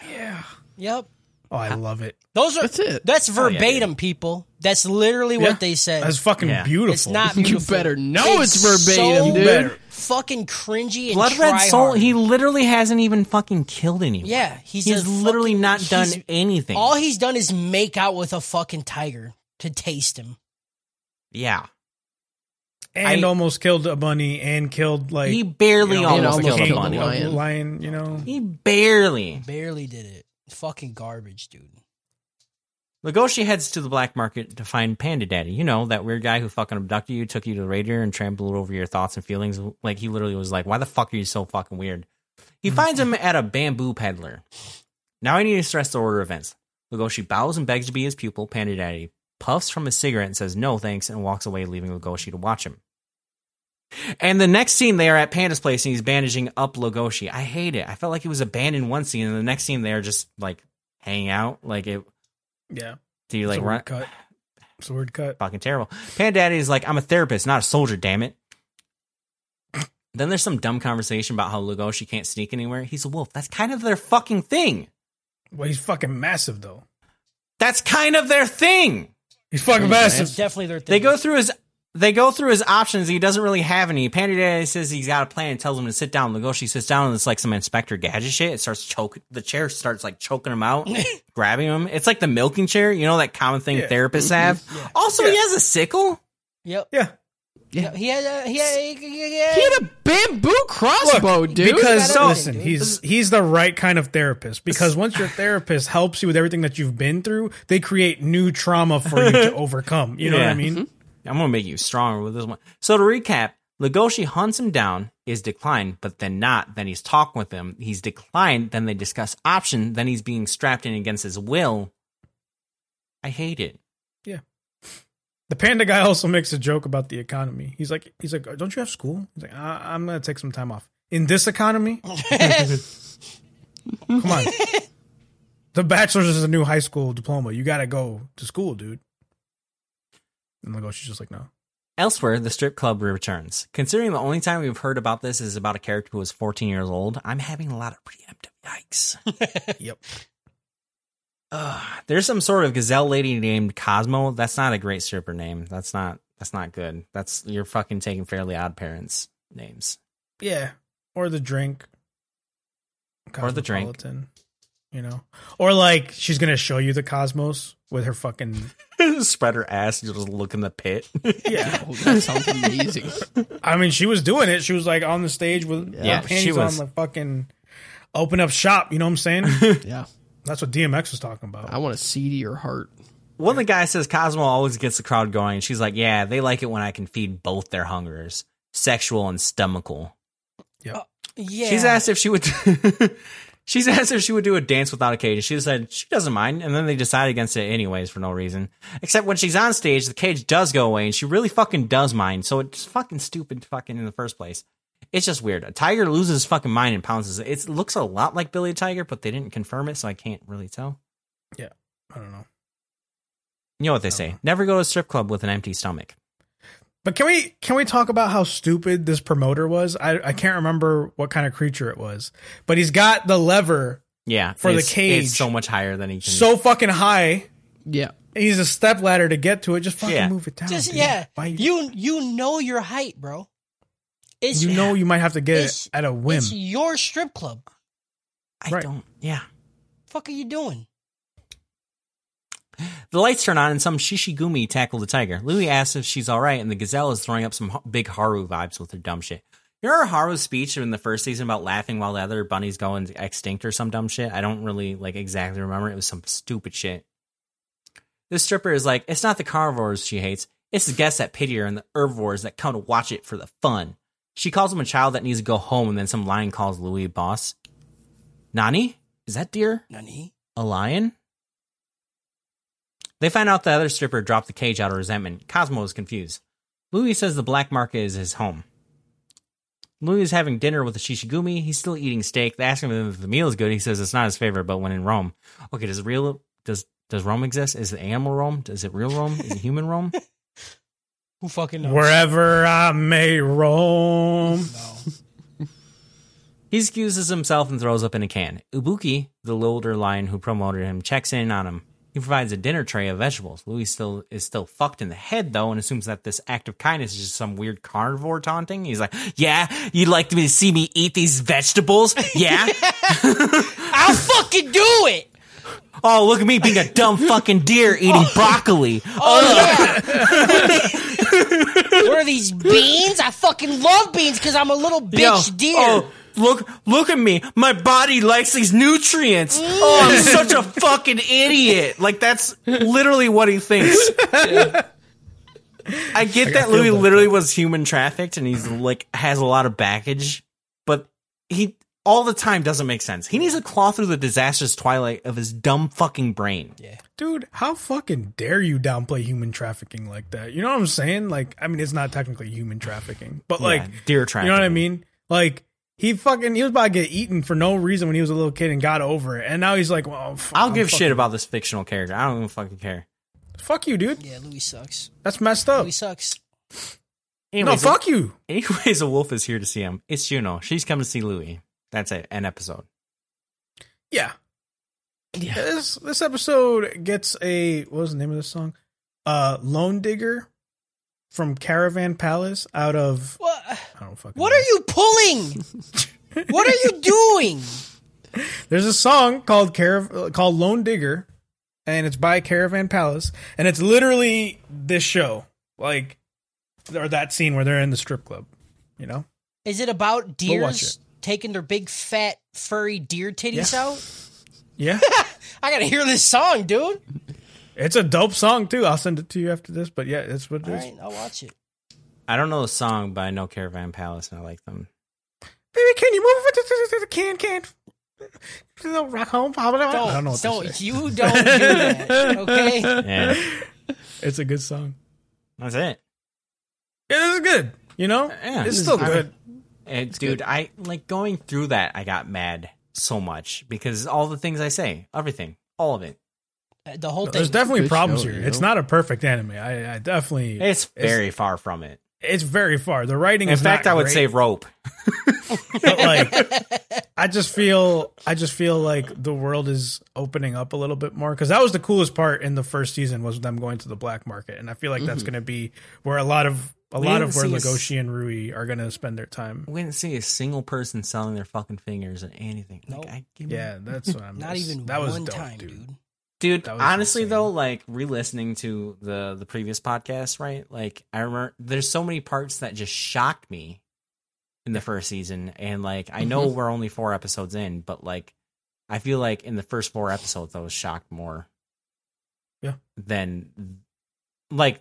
Yeah.
Yep.
Oh, I love it.
Those are
That's it.
That's
Oh, yeah,
verbatim, people. That's literally
Yeah.
what they said.
That's fucking
Yeah.
beautiful.
It's not
you
beautiful.
better know it's,
It's
verbatim,
so
dude.
better.
fucking cringy and
Blood red
try
soul.
hard.
He literally hasn't even fucking killed anyone.
yeah, he's,
he's
a
literally
fucking-
not done
he's-
anything.
All he's done is make out with a fucking tiger to taste him.
yeah.
and
I-
almost killed a bunny and killed like
he barely
you know,
And
almost,
almost
killed a
killed
bunny.
a lion.
lion. You know.
He barely.
Barely did it. Fucking garbage, dude.
Legoshi heads to the black market to find Panda Daddy. You know, that weird guy who fucking abducted you, took you to the radiator, and trampled over your thoughts and feelings. Like, he literally was like, why the fuck are you so fucking weird? He finds him at a bamboo peddler. Now I need to stress the order of events. Legoshi bows and begs to be his pupil. Panda Daddy puffs from his cigarette and says no thanks and walks away, leaving Legoshi to watch him. And the next scene, they are at Panda's place and he's bandaging up Legoshi. I hate it. I felt like he was abandoned one scene, and the next scene, they're just like hanging out. Like, it.
Yeah.
Do you
It's
like
a
run?
weird cut. It's a weird cut.
fucking terrible. Pandaddy is like, I'm a therapist, not a soldier, damn it. Then there's some dumb conversation about how Lugoshi can't sneak anywhere. He's a wolf. That's kind of their fucking thing.
Well, he's fucking massive though.
That's kind of their thing.
He's fucking
That's
massive.
definitely their thing.
They go through his they go through his options. He doesn't really have any. Pandaddy says he's got a plan and tells him to sit down. Lugoshi sits down and it's like some Inspector Gadget shit. It starts choking. The chair starts like choking him out, grabbing him. It's like the milking chair. You know that common thing
Yeah. Mm-hmm.
therapists have. Also, he
Yeah.
has a sickle.
Yep.
Yeah.
Yeah. He had a. He had. He had,
He had a bamboo
Look,
crossbow, dude.
Because
So-
listen, he's he's the right kind of therapist because once your therapist helps you with everything that you've been through, they create new trauma for you to overcome. You know what
Yeah.
I mean?
I'm gonna make you stronger with this one. So to recap, Legoshi hunts him down, is declined, but then not. Then he's talking with him. He's declined. Then they discuss option. Then he's being strapped in against his will. I hate it.
The panda guy also makes a joke about the economy. He's like, he's like, don't you have school? He's like, I- I'm gonna take some time off in this economy. Come on, the bachelor's is a new high school diploma. You gotta go to school, dude. And Legoshi's just like, no.
Elsewhere, the strip club returns. Considering the only time we've heard about this is about a character who was 14 years old, I'm having a lot of preemptive yikes.
Yep.
Ugh, there's some sort of gazelle lady named Cosmo. That's not a great stripper name. That's not. That's not good. That's you're fucking taking fairly odd parents names.
Yeah. Or the drink.
Or the drink.
Cosmopolitan, You know, or like she's gonna show you the cosmos with her fucking
spread her ass and just look in the pit.
yeah.
Oh, that sounds amazing.
I mean, she was doing it. She was like on the stage with
Yeah,
her
she
panties
was.
on the fucking open up shop. You know what I'm saying?
yeah.
That's what DMX was talking about.
I want a seed of your heart.
One of the guys says Cosmo always gets the crowd going, and she's like, "Yeah, they like it when I can feed both their hungers, sexual and stomachal."
yeah.
She's asked if she would. she's asked if she would do a dance without a cage. and She said she doesn't mind, and then they decide against it anyways for no reason. Except when she's on stage, the cage does go away, and she really fucking does mind. So it's fucking stupid, fucking in the first place. It's just weird. A tiger loses his fucking mind and pounces. it. It looks a lot like Billy Tiger, but they didn't confirm it, so I can't really tell.
I don't know.
You know what they
Uh-huh.
say? Never go to a strip club with an empty stomach.
But can we can we talk about how stupid this promoter was? I I can't remember what kind of creature it was, but he's got the lever
Yeah,
For the
it's-
cage.
it's so much higher than he can.
so fucking high.
Yeah.
and He's a step ladder to get to it. Just fucking
Yeah.
move it down.
Just
dude.
yeah,
Why-
you you know your height, bro. It's
you know you might have to get
It's-
it at a whim.
It's your strip club.
I
Right.
don't. Yeah,
Fuck are you doing?
The lights turn on and some shishigumi tackle the tiger. Louis asks if she's all right, and the gazelle is throwing up some ha- big Haru vibes with her dumb shit. You remember Haru's speech in the first season about laughing while the other bunnies going extinct or some dumb shit? I don't really like exactly remember. It was some stupid shit. This stripper is like, it's not the carnivores she hates. It's the guests that pity her and the herbivores that come to watch it for the fun. She calls him a child that needs to go home, and then some lion calls Louis a boss. Nani? Is that deer?
Nani?
a lion? They find out the other stripper dropped the cage out of resentment. Cosmo is confused. Louis says the black market is his home. Louis is having dinner with the Shishigumi. He's still eating steak. They ask him if the meal is good. He says it's not his favorite, but when in Rome. Okay, does real does does Rome exist? Is it animal Rome? Is it real Rome? Is it human Rome?
Who fucking knows?
Wherever I may roam.
He excuses himself and throws up in a can. Ubuki, the older lion who promoted him, checks in on him. He provides a dinner tray of vegetables. Louis still is still fucked in the head though, and assumes that this act of kindness is just some weird carnivore taunting. He's like, "Yeah, you'd like me to see me eat these vegetables? Yeah.
I'll fucking do it.
oh, look at me being a dumb fucking deer eating broccoli.
Oh yeah. what are these beans? I fucking love beans because I'm a little bitch
Yo,
deer.
Oh, look, look at me. My body likes these nutrients. Oh, I'm such a fucking idiot. Like that's literally what he thinks. I get that Louis literally was human trafficked and he's like has a lot of baggage, but he all the time doesn't make sense. He needs to claw through the disastrous twilight of his dumb fucking brain.
Dude, how fucking dare you downplay human trafficking like that? You know what I'm saying? Like, I mean, it's not technically human trafficking, but like,
Yeah, deer
you
trafficking.
know what I mean? Like, he fucking, he was about to get eaten for no reason when he was a little kid and got over it. And now he's like, well, f-
I'll
I'm
give
fucking-
shit about this fictional character. I don't even fucking care.
Fuck you, dude.
Yeah, Louis sucks.
That's messed up.
Louis sucks.
No,
Anyways,
fuck you.
Anyways, a wolf is here to see him. It's Juno. She's come to see Louis. That's it. An episode.
Yeah. Yeah. This this episode gets a what was the name of this song? Uh Lone Digger from Caravan Palace out of
What?
I don't fucking
What
know.
are you pulling? what are you doing?
There's a song called Carav- called Lone Digger and it's by Caravan Palace and it's literally this show. Like or that scene where they're in the strip club, you know?
Is it about
We'll watch
deers taking their big fat furry deer titties
Yeah.
out?
Yeah.
I gotta hear this song, dude.
it's a dope song too. I'll send it to you after this, but yeah, that's what it
All
is.
right, I'll watch it.
I don't know the song, but I know Caravan Palace and I like them.
Baby, can you move it to- to the can can? Rock home. I
Don't,
don't know what to
don't
say.
you don't do that, okay?
Yeah.
It's a good song.
That's it.
Yeah, this is good. You know,
Yeah.
it's still good.
And, Eh, dude, I like going through that I got mad so much because all the things I say, everything, all of it.
Uh, The whole thing.
There's definitely
Good
problems
show,
here.
you
It's
know?
not a perfect anime. I, I definitely.
It's very far from it.
It's very far. The writing.
In
is
fact,
not
I would
great,
say rope.
but like, I just feel, I just feel like the world is opening up a little bit more because that was the coolest part in the first season was them going to the black market, and I feel like that's
Mm-hmm.
going to be where a lot of a lot
didn't
of where
see a s-
Legoshi and Rui are going to spend their time.
We didn't see a single person selling their fucking fingers or anything. Like,
Nope.
I give me
Yeah, that's what I'm.
Mm-hmm. Not even
that was
one
dope,
time, dude.
dude
That was
honestly
insane.
though like re-listening to the the previous podcast right like i remember there's so many parts that just shocked me in the first season and like i know we're only four episodes in but like i feel like in the first four episodes i was shocked more
Yeah.
than like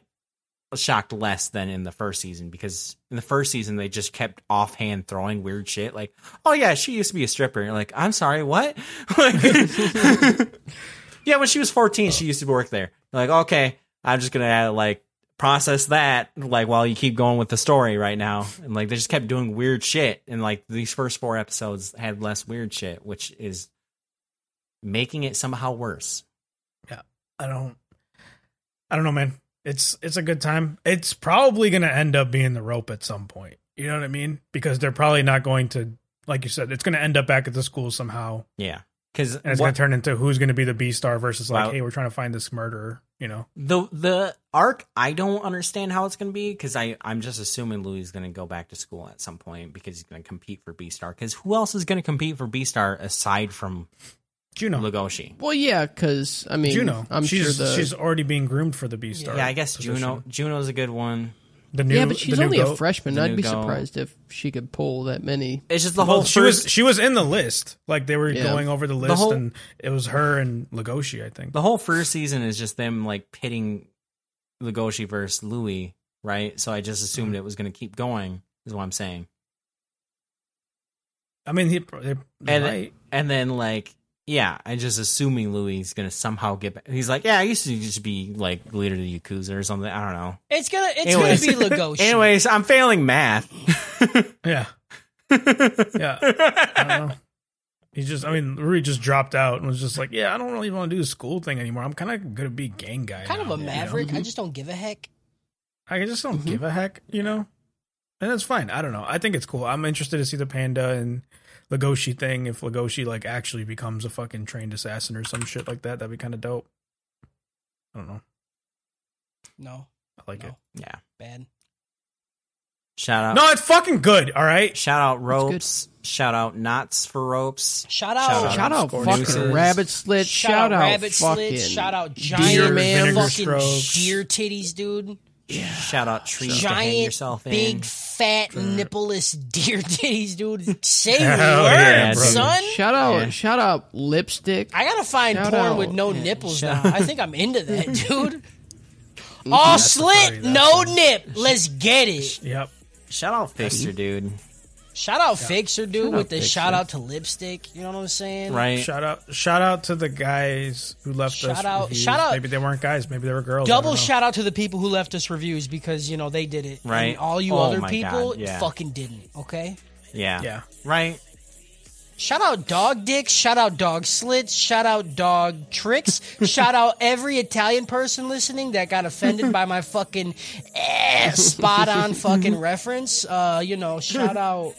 shocked less than in the first season because in the first season they just kept offhand throwing weird shit like oh yeah she used to be a stripper and you're like i'm sorry what Like- yeah when she was 14 she used to work there You're like okay i'm just gonna add like process that like while you keep going with the story right now and like they just kept doing weird shit and like these first four episodes had less weird shit which is making it somehow worse
I don't I don't know, man. It's it's a good time. It's probably gonna end up being the rope at some point. You know what I mean? Because they're probably not going to like you said, it's gonna end up back at the school somehow.
yeah because
And it's gonna turn into who's gonna be the B star versus like,
Wow.
hey, we're trying to find this murderer, you know.
the the arc i don't understand how it's going to be because i i'm just assuming louis is going to go back to school at some point because he's going to compete for b star because who else is going to compete for b star aside from
Juno.
Lugoshi?
Well, yeah, because I mean,
Juno.
I'm
she's
sure the
she's already being groomed for the B star.
yeah i guess juno juno's a good one
The new,
yeah, but she's
the new
only a
goat.
freshman.
The
I'd
new
be
goat.
surprised if she could pull that many.
it's just the
Well,
whole
she
first,
was she was in the list. Like they were
Yeah.
going over the list,
whole-
and it was her and Lugoshi, I think.
the whole first season is just them like pitting Lugoshi versus Louis, right? So I just assumed
Mm-hmm.
it was going to keep going. Is what I'm saying.
I mean, he, they,
And
right.
and then like yeah, I just assuming Louis is going to somehow get back. He's like, yeah, I used to just be like leader of the yakuza or something. I don't know.
It's gonna it's
Anyways.
gonna be Lugoshi.
Anyways, I'm failing math.
Yeah. yeah. I don't know. He just, I mean, Rui just dropped out and was just like, yeah, I don't really want to do the school thing anymore. I'm kind of going to be gang guy.
kind of
now,"
a
you know?
maverick. I just don't give a heck.
I just don't give a heck, you know? And that's fine. I don't know. I think it's cool. I'm interested to see the panda and Legoshi thing. If Legoshi, like, actually becomes a fucking trained assassin or some shit like that, that'd be kind of dope. I don't know.
No,
I like
No.
it.
yeah.
bad.
Shout out.
No, it's fucking good. All right.
Shout out ropes. Shout out knots for ropes.
Shout out,
Shout
Shout out fucking
Nooses.
rabbit slit. Shout, out
rabbit
fucking
slits. Shout out
deer
giant
man.
fucking
strokes.
deer titties, dude.
Shout out trees to hang
Giant
yourself in.
big fat nippleless deer titties, dude. Say
Hell
word,
yeah,
brother.
son.
Shout out,
Yeah.
shout out, lipstick.
I gotta find
Shout
porn
out.
with no nipples now. I think I'm into that, dude. All
That's
slit, no nip. Let's get it.
Yep.
Shout out Fixer, dude.
Shout out Fixer, dude, with the
Fixer.
shout out to lipstick. You know what I'm saying?
Right.
Shout out shout out to the guys who left us.
Shout out-
reviews.
shout out-
Maybe they weren't guys, maybe they were girls. I don't
Double
know.
shout out to the people who left us reviews because you know they did it.
Right.
And all you
Oh
other
my
people
God, yeah.
fucking didn't. Okay.
Yeah.
Yeah.
Right.
Shout out dog dicks. Shout out dog slits. Shout out dog tricks. shout out every Italian person listening that got offended by my fucking eh, spot on fucking reference. Uh, you know, shout out.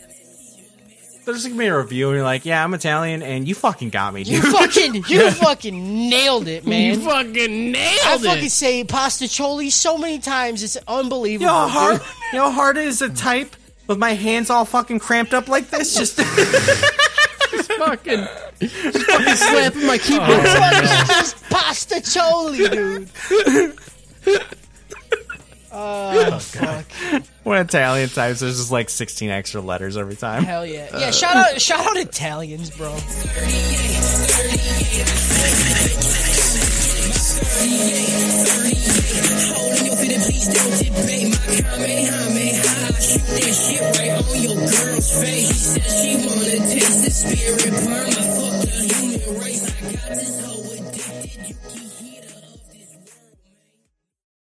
There's gonna be a review and you're like, yeah, I'm Italian and you fucking got me,
You
dude.
fucking, you fucking nailed it,
You
man.
fucking
I
nailed
fucking
it.
say pasticholi so many times. It's unbelievable.
Your heart
dude.
your heart is a type with my hands all fucking cramped up like this, just
fucking, just fucking slapping my keyboard.
Oh. Fucking just pasticholi, dude. Oh, fuck.
when Italian types there's just like sixteen extra letters every time.
Hell yeah.
Uh.
Yeah, shout out shout out Italians, bro.